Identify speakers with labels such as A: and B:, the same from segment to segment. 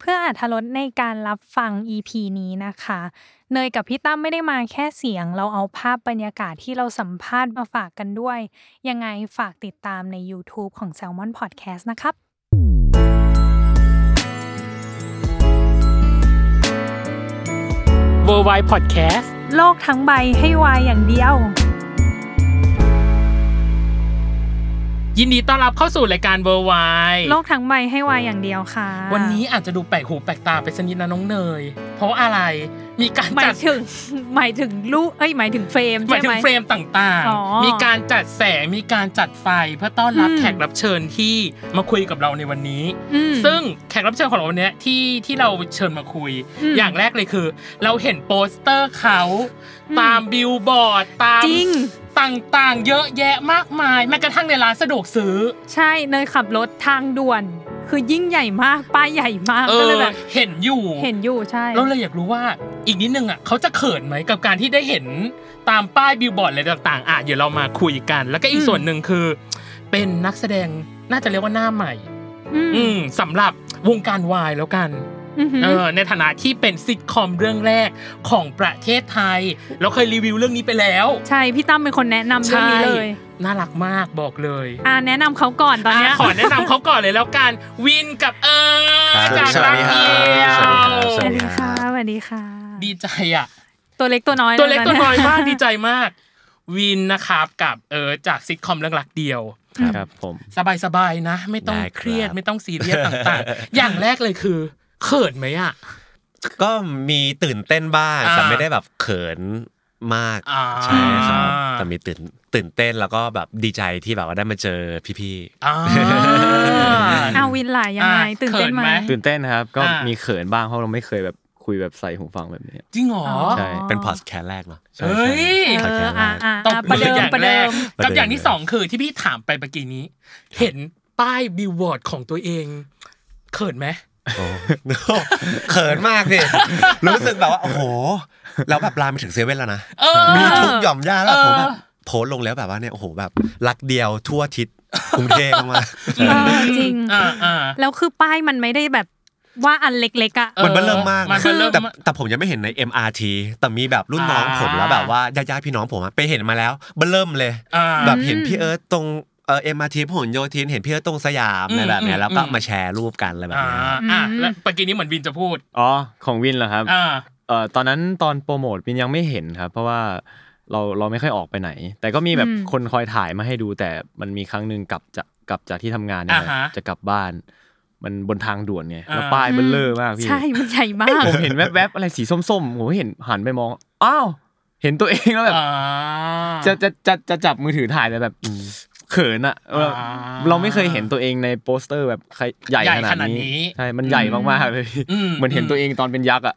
A: เพื่ออาธรสในการรับฟัง EP นี้นะคะ เนยกับพี่ตั้มไม่ได้มาแค่เสียง เราเอาภาพบรรยากาศที่เราสัมภาษณ์มาฝากกันด้วย ยังไงฝากติดตามใน YouTube ของ Salmon Podcast นะครับ
B: w o r l d w i d e Podcast
A: โลกทั้งใบให้วายอย่างเดียว
B: ยินดีต้อนรับเข้าสู่รายการ w o r l d w i d e
A: โลกทั้งใบให้วายอย่างเดียวค่ะ
B: วันนี้อาจจะดูแปลกหูแปลกตาไปสกนิดนะน้องเนย เพราะอะไรมีการ
A: หมา
B: จั
A: ย
B: ด
A: ถึง หมายถึงลูกเอ้ยหมายถึงเฟรม
B: หมา
A: ใช่
B: ยถึ
A: ไหม
B: งเฟรมต่าง
A: อ๋อ
B: ๆ มีการจัดแสงมีการจัดไฟเพื่อต้อนรับ
A: อืม
B: แขกรับเชิญที่มาคุยกับเราในวันนี้
A: อืม
B: ซึ่งแขกรับเชิญของเราวันเนี้ยที่ที่เราเชิญมาคุย
A: อืม
B: อย่างแรกเลยคือ เราเห็นโปสเตอร์เขา
A: อืม
B: ตามบิลบอร์ดตาม
A: จริง
B: ต่างๆ เยอะแยะมากมายแม้กระทั่งในร้านสะดวกซื้อ
A: ใช่เนยขับรถทางด่วน คือยิ่งใหญ่มาก ป้ายใหญ่มาก
B: เอ
A: ก็
B: อ
A: เลยแบบ
B: เห็นอยู่
A: เห็นอยู่ใช่
B: เราเลยอยากรู้ว่าอีกนิดนึงอ่ะเขาจะเขินไหมกับการที่ได้เห็นตามป้ายบิลบอร์ดอะไรต่าง ๆ อ่ะเดี๋ยวเรามาคุยกัน แล้วก็อีก
A: อืม
B: ส่วนหนึ่งคือ เป็นนักแสดงน่าจะเรียกว่าหน้าใหม่
A: อืม
B: อืมสำหรับวงการวายแล้วกัน
A: อหือ
B: เออในฐานะที่เป็นซิทคอมเรื่องแรกของประเทศไทย เราเคยรีวิวเรื่องนี้ไปแล้ว
A: ใช่ พี่ตั้มเป็นคนแนะนำเรื่องนี้เลย
B: น่ารักมากบอกเลย
A: อ่าแนะนำเขาก่อนตอนเนี้ย
B: ะขอแนะนำเขาก่อนเลยแล้วกันวินกับเออ
C: ครับ
B: จาก
C: สวั
B: รั
C: ส
B: ก
C: ดีครั
B: เดี
C: บ
B: ย
C: สวัสดีครับ
B: ว
C: ส
A: ส
C: วั
A: วั
C: ส
A: ส
C: ดี
A: ดีค่ะสวัสดีค่ะ
B: ดีใจอ่ะ
A: ตัวเล็กตัวน้อย
B: ตัวเล็ก
A: ะ
B: ตัวน้อยม าก
A: ะ
B: ดีใจมาก วินนะครับกับเออจากซิทคอมเรื่องหลักเดียว
C: ครับผม
B: สบายๆนะ ไม่ต้อง
C: ได้ครับ
B: เครียดไม่ต้องซีเรียสต่าง ๆ อย่างแรกเลยคือ เขินไหมอ่ะ
C: ก็มีตื่นเต้นบ้าง
B: อ่า
C: แต่ไม่ได้แบบเขินมาก
B: อ่า
C: ใช่ครับแต่มีตื่นตื่นเต้นแล้วก็แบบดีใจที่แบบว่าได้มาเจอพี่
B: อ่า
A: เอาวินหลายยังไง
B: อ่ะ
A: ตื่นเต้นไหม
B: เขินไหม
D: ตื่นเต้นครับ ก็
B: อ่ามี
D: มีเขินบ้างเพราะเราไม่เคยแบบคุยแบบใส่หูฟังแบบนี้
B: จริงเหรอ
D: ใช่
C: ๆ เป็นพอดแคสต์แรกเนาะใช่
B: เฮ้ย
A: เอ
C: ใช่พอดแค
A: อ
C: สต์แร
A: อ่าก อ่า
B: ตบ
A: ป
B: ประ ระ
A: เดิม
B: เดิมอย่าง
A: ประ
B: แร
A: เดิ
B: ก
A: ม
B: กับอย่างที่
C: ประเดิม
B: สองคือที่พี่ถามไปเมื่อกี้นี้ เห็นป้ายบิลบอร์ดของตัวเองเขินไหม
C: โอ้โหเขินมากพี่ รู้สึกแบบว่า โอ้โห เราแบบลามไปถึงเซเว่นแล้วนะ
B: เออ
C: มีทุกหย่อมย่าแล้ว
B: เออ
C: ผมแบบโพสต์ลงแล้วแบบว่าเนี่ย โอ้โหแบบรักเดียวทั่วทิศกรุงเทพมากๆใช่
A: เออจริง
B: อ่าอ่า
A: แล้วคือป้ายมันไม่ได้แบบว่าอันเล็กๆอ่ะ
B: เออ
C: มันเบิ่มเริ่มมาก
B: มันเบิ่มเริ่ม
C: แต่แต่ผมยังไม่เห็นใน MRT แต่มีแบบรุ่นน้องผมแล้วแบบว่าญาติๆพี่น้องผมอะไปเห็นมาแล้วเบิ่มเริ่มเลย
B: อ่า
C: แบบเห็นพี่เอิร์ธตรงเออเอ็มอาร์ทีพหลโยธินเห็นพี่เอิร์ธตรงสยาม
B: อืม
C: อะไรแบบเนี้
B: อืม
C: ยแล้วก็
B: อืม
C: มาแชร์รูปกันอะไรแบบ
B: อ่า
C: เนี้ยครับ
B: อ่ะ
A: อืม
B: แล้วเมื่อกี้นี้เหมือนวินจะพูด
D: อ๋อ ของวินเหรอครับ
B: อ่า
D: เอ่อตอนนั้นตอนโปรโมทวินยังไม่เห็นครับ เพราะว่าเราเราไม่ค่อยออกไปไหน แต่ก็มีแบบ
A: อืม
D: คนคอยถ่ายมาให้ดู แต่มันมีครั้งหนึ่งกลับจากกลับจากที่ทำงานเนี่ย
B: อ่าฮะ
D: จะกลับบ้าน มันบนทางด่วนไงแล้ว
B: อ่า
D: ป้ายเบลเลอร์มากพี่
A: ใช่มันใหญ่มา
D: เอ้ย
A: ก
D: ผมเห็นแวบๆอะไรสีส้มๆโหเห็นหันไปมองอ้าวเห็นตัวเองแล้วแบบ
B: อ่า
D: จะจะจะจะจับมือถือถ่ายแต่แบบเขินอะเออ
B: อ่า
D: เราไม่เคยเห็นตัวเองในโปสเตอร์แบบใครใหญ่
B: ใหญ่
D: ขนา
B: ข
D: ด
B: นาดนี้
D: นี้ใช่มันใหญ่มากๆเลย
B: อืม
D: เหมือนเห็นตัวเองตอนเป็นยักษ์อะ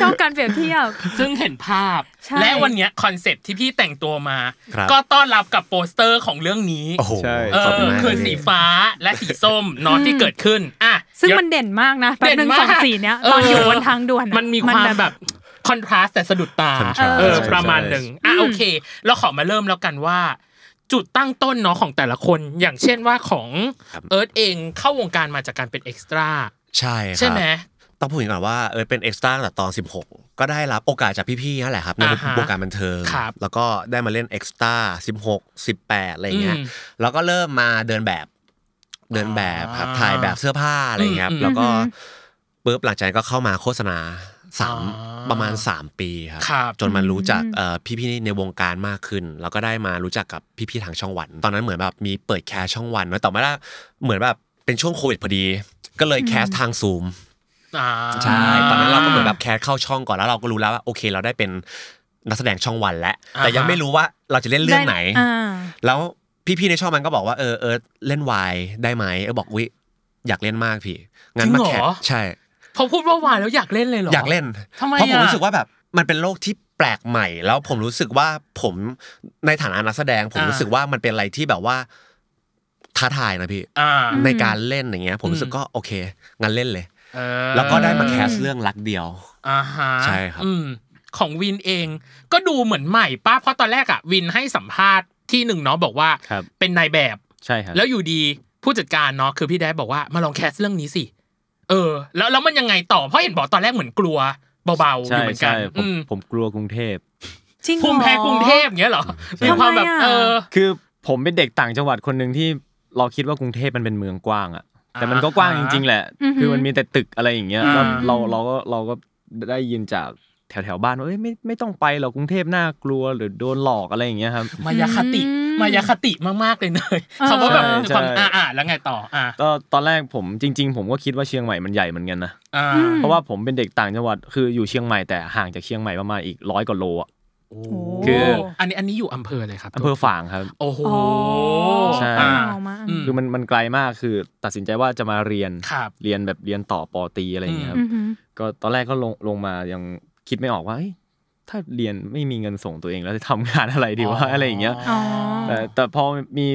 A: ชอบการเปรียบเทียบ
B: ซึ่งเห็นภาพ
A: ใช่
B: และวันเนี้ยคอนเซ็ปต์ที่พี่แต่งตัวมา
C: ครับ
B: ก็ต้อนรับกับโปสเตอร์ของเรื่องนี้
C: โอ้โห
D: ใช่
B: เอ
C: ขอบคุ
B: อ
C: ณมาก
B: คือ
C: เลย
B: สีฟ้าและสีส้มเนอะที่เกิดขึ้นอ่ะ
A: ซึ่ง
B: เดี๋ยว
A: มันเด่นมากนะแป๊บนึง
B: เด่นมาก
A: สองสีเนี้ย
B: เออ
A: ตอนอยู่บนทางด่วนอะ
B: มันมีความแบบคอนทราสต์แต่สะดุดตา
C: คอนทราสต์
B: เออประมาณหนึ่งอ่ะโอเค เราขอมาเริ่มแล้วกันว่า จุดตั้งต้นเนาะของแต่ละคนอย่างเช่นว่าของเอิร์ธเองเข้าวงการมาจากการเป็นเอ็กซ์ตร้า
C: ใช่ครับ
B: ใช่ไหม
C: ต้องพูดอย่างนี้ก่อนว่าเออเป็นเอ็กซ์ตร้าตั้งแต่ตอน 16 ก็ได้รับโอกาสจากพี่ๆนั่นแหละครับใน
B: อ่าฮะ
C: วงการบันเทิง
B: ครับ
C: แล้วก็ได้มาเล่นเอ็กซ์ตร้า16 18อะไรอย่างเงี้ย
B: อืม
C: แล้วก็เริ่มมาเดินแบบเดินแบบครับ
B: อ่า
C: ถ่ายแบบเสื้อผ้าอะไรอย่างเงี้ยครับ
B: อืม
C: แล้วก็
A: อืม
C: ปุ๊บหลังจากนั้นก็เข้ามาโฆษณาสาม
B: อ่า
C: ประมาณ 3 ปีครับ
B: ครับ
C: จนมันรู้จักเอ่อพี่ๆในวงการมากขึ้น แล้วก็ได้มารู้จักกับพี่ๆทางช่องวัน ตอนนั้นเหมือนแบบมีเปิดแคสช่องวันเนอะแต่ไม่ได้เหมือนแบบเป็นช่วงโควิดพอดี ก็เลยแคสทางซูม
B: อ่า
C: ใช่ตอนนั้นเราก็เหมือนแบบแคสเข้าช่องก่อนแล้วเราก็รู้แล้วว่าโอเคเราได้เป็นนักแสดงช่องวันแล้วแต่ยัง
B: อ่าฮะ
C: ไม่รู้ว่าเราจะเล่นเรื่องไหน
A: อ่า
C: แล้วพี่ๆในช่องมันก็บอกว่าเออเออเล่นวายได้ไหมเออบอกวิอยากเล่นมากพี่งั้นมาแค
B: จริง
C: ส
B: เหรอ
C: ใช่
B: พอพูดว่าวายแล้วอยากเล่นเลยเหรอ
C: อ
B: อ
C: ยากเล่น
B: ทำไม
C: เพราะผม
B: อะ
C: รู้สึกว่าแบบมันเป็นโลกที่แปลกใหม่ แล้วผมรู้สึกว่าผมในฐานะนักแสดง ผม
B: อ่ารู้
C: รู้สึกว่ามันเป็นอะไรที่แบบว่าท้าทายนะพี่
B: อ่า
C: ในการเล่นอย่างเงี้ย ผมรู้สึกก็โอเคงั้นเล่นเลย
B: เออ
C: แล้วก็ได้มาแคสเรื่องรักเดียว
B: อ่าฮะ
C: ใช่ครับ
B: อืมของวินเองก็ดูเหมือนใหม่ป้าเพราะตอนแรกอะวินให้สัมภาษณ์ที่หนึ่งเนาะบอกว่า
D: ครับ
B: เป็นนายแบบ
D: ใช่ครับ
B: แล้วอยู่ดีผู้จัดการเนาะคือพี่แดดบอกว่ามาลองแคสเรื่องนี้สิ เออ แล้วแล้วมันยังไงต่อเพราะเห็นบอกตอนแรกเหมือนกลัวเบาๆอ
D: ใช่
B: ยู่เหมือนกั
D: ใช่
B: น
D: ผม
B: อืม
D: ผมกลัวกรุงเทพ
A: จริงเหรอ
B: ภูมิแพ้กรุงเทพอย่างเงี้ยเหรอมีความแบบ
A: ทำไมอะ
B: เออ
D: คือผมเป็นเด็กต่างจังหวัดคนหนึ่งที่เราคิดว่ากรุงเทพมันเป็นเมืองกว้างอะแต่มันก็กว้างจริง ๆ แหละ
A: อือหือ
D: คือมันมีแต่ตึกอะไรอย่างเงี้ย
B: อ่า
D: แล้วเราเราก็เราก็ได้ยินจากแถวแถวๆบ้านว่าเอ้ยไม่ไม่ต้องไปหรอกกรุงเทพน่ากลัวหรือโดนหลอกอะไรอย่างเงี้ยครับ
B: มายาคติ
A: อืม
B: มายาคติมากๆเลยเนย
A: เออ
B: คำว่าแบบ
D: ใช่
B: ความ
D: ใช่
B: อ่าอ่าแล้วไงต่ออ่า
D: ก็ตอนแรกผมจริง ๆ ผมก็คิดว่าเชียงใหม่มันใหญ่เหมือนกันนะ
B: อ่า
D: เพราะว่าผมเป็นเด็กต่างจังหวัดคืออยู่เชียงใหม่แต่ห่างจากเชียงใหม่ประมาณอีกร้อยกว่าโลอะ คือ
B: อันนี้อันนี้อยู่อำเภออะไรครับ
D: อำเภอฝางครับ
B: โอ้โห
A: อ๋อ
D: ใช่
B: อ่า
A: เอามา
B: อืม
D: คือมันมันไกลมากคือตัดสินใจว่าจะมาเรียน
B: ครับ
D: เรียนแบบเรียนต่อปอตรีอะไรอย่างเงี้ยครับ
A: อือหือ
D: ก็ตอนแรกก็ลงลงมายังคิดไม่ออกว่าเอ้ยถ้าเรียนไม่มีเงินส่งตัวเองแล้วจะทำงานอะไรดีวะอะไรอย่างเงี้ย
A: อ๋อ
D: แต่แต่พอมี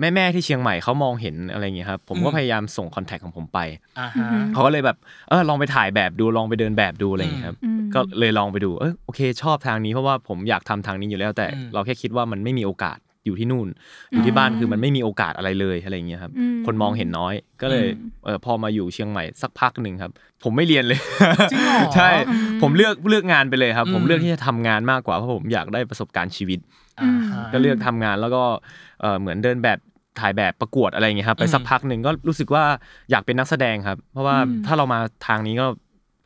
D: แม่อแม่ๆที่เชียงใหม่เขามองเห็นอะไรอย่างเงี้ยครับผมก็
B: อืม
D: พยายามส่งคอนแทคของผมไป
B: อ่า
A: อื
B: ฮะ
A: อหือ
D: เขาก็เลยแบบเออลองไปถ่ายแบบดูลองไปเดินแบบดูอะไรอย่างเงี้ยครับ
A: อืม
D: ก็เลยลองไปดูเออโอเค ชอบทางนี้เพราะว่าผมอยากทำทางนี้อยู่แล้ว แต่
B: อืม
D: เราแค่คิดว่ามันไม่มีโอกาสอยู่ที่นู่น อยู่ที่บ้านคือมันไม่มีโอกาสอะไรเลยอะไรอย่างเงี้ยครับ
A: อืม
D: คนมองเห็นน้อยก็เลยเออพอมาอยู่เชียงใหม่สักพักหนึ่งครับ ผมไม่เรียนเลย
B: จริงเหรอ
D: ใช่ ผมเลือกเลือกงานไปเลยครับ
B: อืม
D: ผมเลือกที่จะทำงานมากกว่าเพราะผมอยากได้ประสบการณ์ชีวิต
B: อ่าฮะ
D: ก็เลือกทำงานแล้วก็เอ่อเหมือนเดินแบบถ่ายแบบประกวดอะไรอย่างเงี้ยครับไป
B: อืม
D: สักพักหนึ่งก็รู้สึกว่าอยากเป็นนักแสดงครับ เพราะว่าถ้าเรามาทางนี้ก็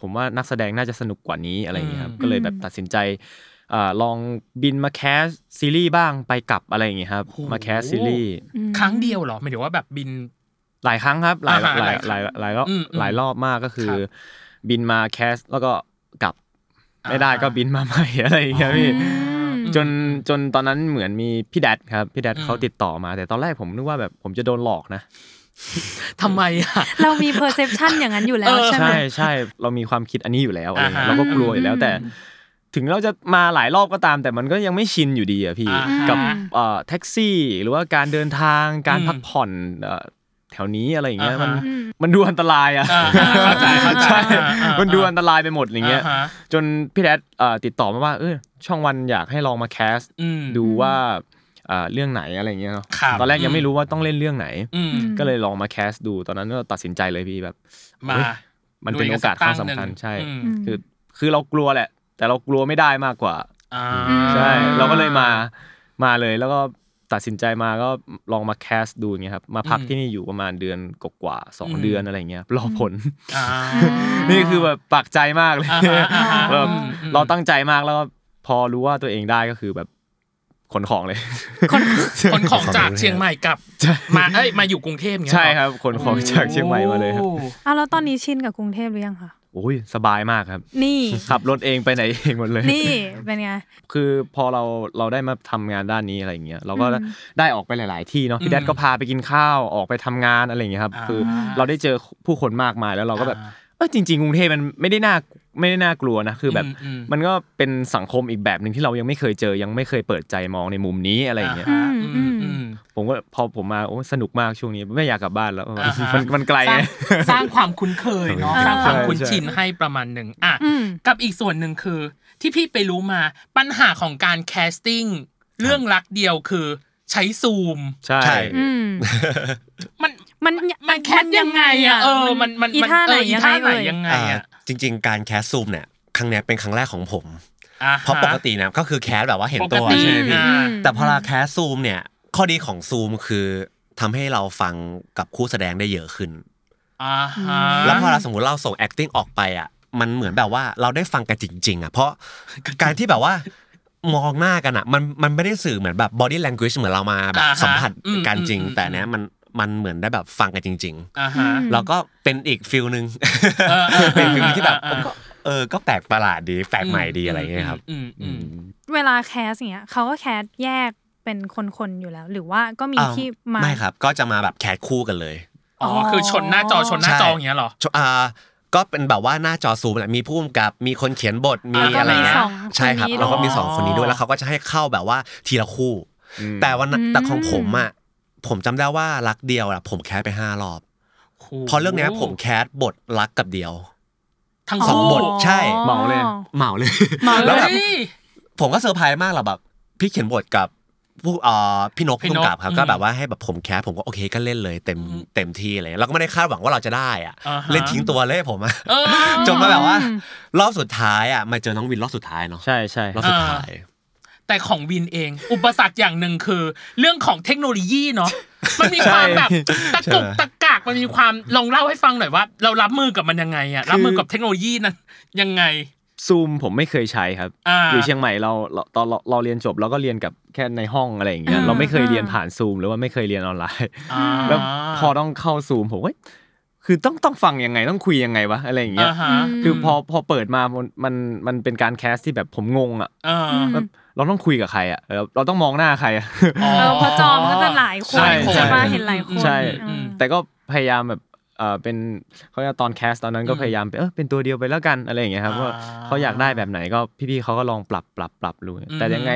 D: ผมว่านักแสดงน่าจะสนุกกว่านี้อะไรอย่างเงี้ยครับก็เลยแบบตัดสินใจเอ่อลองบินมาแคสซีรีส์บ้างไปกลับอะไรอย่างเงี้ยครับมาแคสซีรีส์
B: ครั้งเดียวเหรอหมายถึงว่าแบบบิน
D: หลายครั้งครับหลาย
B: อ่าฮะ
D: หลาย
B: ห
D: ห
B: ลา
D: ลาย ย
B: ครั้ง
D: หลายรอบ
B: อืมอืม
D: หลายรอบมากก็คือ
B: ครับ
D: บินมาแคสแล้วก็กลับไม่ได้
B: อ่า
D: ก็บินมาใหม่ อะไรอย่างเงี้ยพี่
B: อืม
D: จนจนตอนนั้นเหมือนมีพี่แดดครับพี่แดด
B: อืม
D: เขาติดต่อมาแต่ตอนแรกผมนึกว่าแบบผมจะโดนหลอกนะ
B: ทำไมอ่ะ
A: เรามี perception อย่างนั้นอยู่แล้วใช่ไหม
D: ใช่ใช่เรามีความคิดอันนี้อยู่แล้วอะไรเงี้ย
B: อ่าฮะ
D: เราก็กลัวอยู่แล้วแต่
A: อืม
D: ถึงเราจะมาหลายรอบก็ตาม แต่มันก็ยังไม่ชินอยู่ดีอะพี่
B: อ่าฮะ
D: กับเอ่อแท็กซี่ หรือว่าการเดินทางการ
B: อืม
D: พักผ่อนเอ่อแถวนี้อะไรอย่างเงี้ย
B: อ่าฮะ
D: มันมันดูอันตรายอะ
B: อ่าเข้าใจเข้าใจ
D: ใช่
B: อ่าอ่า
D: มันดูอันตรายไปหมดอย่างเงี้ย
B: ฮะ
D: จนพี่แดดเอ่อติดต่อมาว่าเออช่องวันอยากให้ลองมาแคส
B: อืม
D: ดูว่าเอ่อเรื่องไหนอะไรเงี้ยเนาะ
B: ครับ
D: ตอนแรกยังไม่รู้ว่าต้องเล่นเรื่องไหน
B: อืม
D: ก็เลยลองมาแคสดูตอนนั้นก็ตัดสินใจเลยพี่แบบ
B: มา
D: เฮ้ย มันเป็นโอกาสครั้งสำคัญใช่
B: อืม
D: คือคือเรากลัวแหละ แต่เรากลัวไม่ได้มากกว่า
B: อ่า
D: ใช่ เราก็เลยมามาเลยแล้วก็ตัดสินใจมาก็ลองมาแคสดูอย่างเงี้ยครับมาพักที่นี่อยู่ประมาณเดือนกว่าๆสองเดือนอะไรเงี้ยรอผล
B: อ่า
D: นี่คือแบบปักใจมากเลย
B: อ่าฮะอ่าฮะ
D: แบบ
B: อืมอืม
D: เราตั้งใจมากแล้วก็พอรู้ว่าตัวเองได้ก็คือแบบขนของเลย
B: คนคนของจากเชียงใหม่กลับ
D: ใช่
B: มาเอ้ยมาอยู่กรุงเทพเงี้ย
D: ใช่ครับขนของจากเชียงใหม่มาเลยครับ
B: โอ้
A: อ่ะแล้วตอนนี้ชินกับกรุงเทพหรือยังคะ
D: โอ้ยสบายมากครับ
A: นี่
D: ขับรถเองไปไหนเองหมดเลย
A: นี่เป็นไง
D: คือพอเราเราได้มาทำงานด้านนี้อะไรอย่างเงี้ยเราก็
A: อืม
D: ได้ออกไปหลาย ๆ ที่เนาะพี่แด
B: อื
D: ด
B: ม
D: ก็พาไปกินข้าวออกไปทำงานอะไรอย่างเงี้ยครับ
B: อ่า
D: คือเราได้เจอผู้คนมากมายแล้วเราก็แบบเออจริง ๆ กรุงเทพมันไม่ได้น่าไม่ได้น่ากลัวนะคือแบบ
B: อืม
D: มันก็เป็นสังคมอีกแบบหนึ่งที่เรายังไม่เคยเจอยังไม่เคยเปิดใจมองในมุมนี้อะไรอย่างเงี้ย
B: าฮะอืมอืม
D: ผมก็พอผมมาโอ้สนุกมากช่วงนี้ไม่อยากกลับบ้านแล้ว
B: อ่าฮะ
D: มันมันไกล
B: สร้า
D: ไง
B: งสร้างความคุ้นเคยเนาะส
D: ใช่
B: ร้างความ
D: ใช่
B: คุ้นชินให้ประมาณหนึ่งอ่ะ
A: อืม
B: กับอีกส่วนหนึ่งคือ ที่พี่ไปรู้มาปัญหาของการแคสติ้งเรื่องรักเดียวคือใช้ซูม
D: ใช่
C: ใช่
A: อืม
B: มัน
A: มัน
B: มันแคสยังไงอ่ะเออมันมัน
A: อี
B: มั
A: ท่าไหน
B: เอออี
A: ยังไง
B: ท่าไหน
A: เอ่ย
B: ยังไง
C: อ่า
B: อ่ะ
C: จริง ๆ การแคสซูมเนี่ยครั้งเนี้ยเป็นครั้งแรกของผม
B: อ่ฮ
C: เพราะปกติเนะก็คือแคสแบบว่าเห็น
B: ปก
C: ตัว
B: ติ
C: ใช่ไหมพี่
B: อ่า
C: แต่พอเราแคสซูมเนี่ย ข้อดีของซูมคือทำให้เราฟังกับคู่แสดงได้เยอะขึ้น
B: อ่าฮะ
C: แล้วพอเราสมมติเราส่ง acting ออกไปอ่ะ มันเหมือนแบบว่าเราได้ฟังกันจริง ๆ อ่ะ เพราะการ ที่แบบว่ามองหน้ากันอ่ะ มันมันไม่ได้สื่อเหมือนแบบ body language เหมือนเรามาแบบสัมผัสกันจริง แต่เนี้ยมันมันเหมือนได้แบบฟังกันจริง
B: อ่าฮะ
C: ๆ แล้วก็เป็นอีกฟิลหนึ่ง
B: เออเออเออ
C: เป็นฟิลที่แบบก็เออก็แปลกประหลาดดีแปลกใหม่ดีอะไรอย่างเงี้ยครับ
B: อืมอืม
A: เวลาแคสอย่างเงี้ยเขาก็แคสแยกเป็นคนๆอยู่แล้ว หรือว่าก็มี
C: อ้าว
A: ที่มา
C: ไม่ครับ ก็จะมาแบบแคสคู่กันเลย
B: อ๋อคือชนหน้าจอชนหน้าจออย่างเงี้ยเหรอ
C: ชอ่าก็เป็นแบบว่าหน้าจอซูมแหละมีผู้กำกับมีคนเขียนบทมี
B: แล้วก็
C: อะไร
B: มี
C: เงี้ย
B: สอง
C: ใช่ครั
A: ค
C: บ
A: นนี้ด้วย
C: แล้วก็มีสองคนนี้ด้วยแล้วเขาก็จะให้เข้าแบบว่าทีละคู่ แต่วันนั้นแต่ของผมอ่ะผมจำได้ว่ารักเดียวอะผมแคสไปห้ารอบเพอเรื่องเนี้ยผมแคสบทรักกับเดียว
B: ทั้ง
C: สอง
B: คู่
C: บทใช่
D: เหมาเลย
C: เหมาเลย
A: เหมาเลย
C: แล้วแบบ
B: เฮ้ย
C: ผมก็เซอร์ไพรส์มากแหละแบบพี่เขียนบทกับผู้อ่าพี่นก
B: พี่
C: ผู้
B: นก
C: กำกับครับ
B: อืม
C: ก็แบบว่าให้แบบผมแคสผมก็โอเคก็เล่นเลยเต็ม
B: อืม
C: เต็มที่เลยเราก็ไม่ได้คาดหวังว่าเราจะได้อ่ะ
B: อ่าฮะ
C: เล่นทิ้งตัวเลยผมอะ
B: เออ
C: จนมาแบบว่า รอบสุดท้ายอ่ะมาเจอน้องวินรอบสุดท้ายเนาะ
D: ใช่ใช่
C: รอบสุดท้าย
B: แต่ของวินเอง อุปสรรคอย่างหนึ่งคือ เรื่องของเทคโนโลยีเนาะ มันมีความแบบตะกุกตะกากมันมีความลองเล่าให้ฟังหน่อยว่า เรารับมือกับมันยังไงอะรับมือกับเทคโนโลยีนั้นยังไง
D: ซูมผมไม่เคยใช้ครับ
B: อ่า
D: อยู่เชียงใหม่เราเราตอนเราเราเรียนจบเราก็เรียนกับแค่ในห้องอะไรอย่างเงี้ย
A: อ่า
D: เราไม่เคยเรียนผ่านซูมหรือว่าไม่เคยเรียนออนไลน์
B: อ่า
D: แล้วพอต้องเข้าซูมผมว่าคือต้องต้องฟังยังไงต้องคุยยังไงวะอะไรอย่างเงี้ย
B: อ่าฮะ
D: คือพอพอเปิดมามันมันมันเป็นการแคสที่แบบผมงงอ่ะ
B: อ่า
D: แบบเราต้องคุยกับใครอ่ะเออเราต้องมองหน้าใครอ่ะ
B: อ๋อ
A: เออเพอจอมนก็จะหลายคน
D: ใช่ใช่
A: ใช่ปะเห็นหลายคน
D: ใช่
A: อืม
D: แต่ก็พยายามแบบเออเป็นเขาจะตอนแคสตอนนั้นก็พยายามไปเออเป็นตัวเดียวไปแล้วกันอะไรอย่างเงี้ยครับ
B: อ่า
D: ว่าเขาอยากได้แบบไหนก็พี่ๆเขาก็ลองปรับปรับปรับรู้
B: อืม
D: แต่ยัง ไง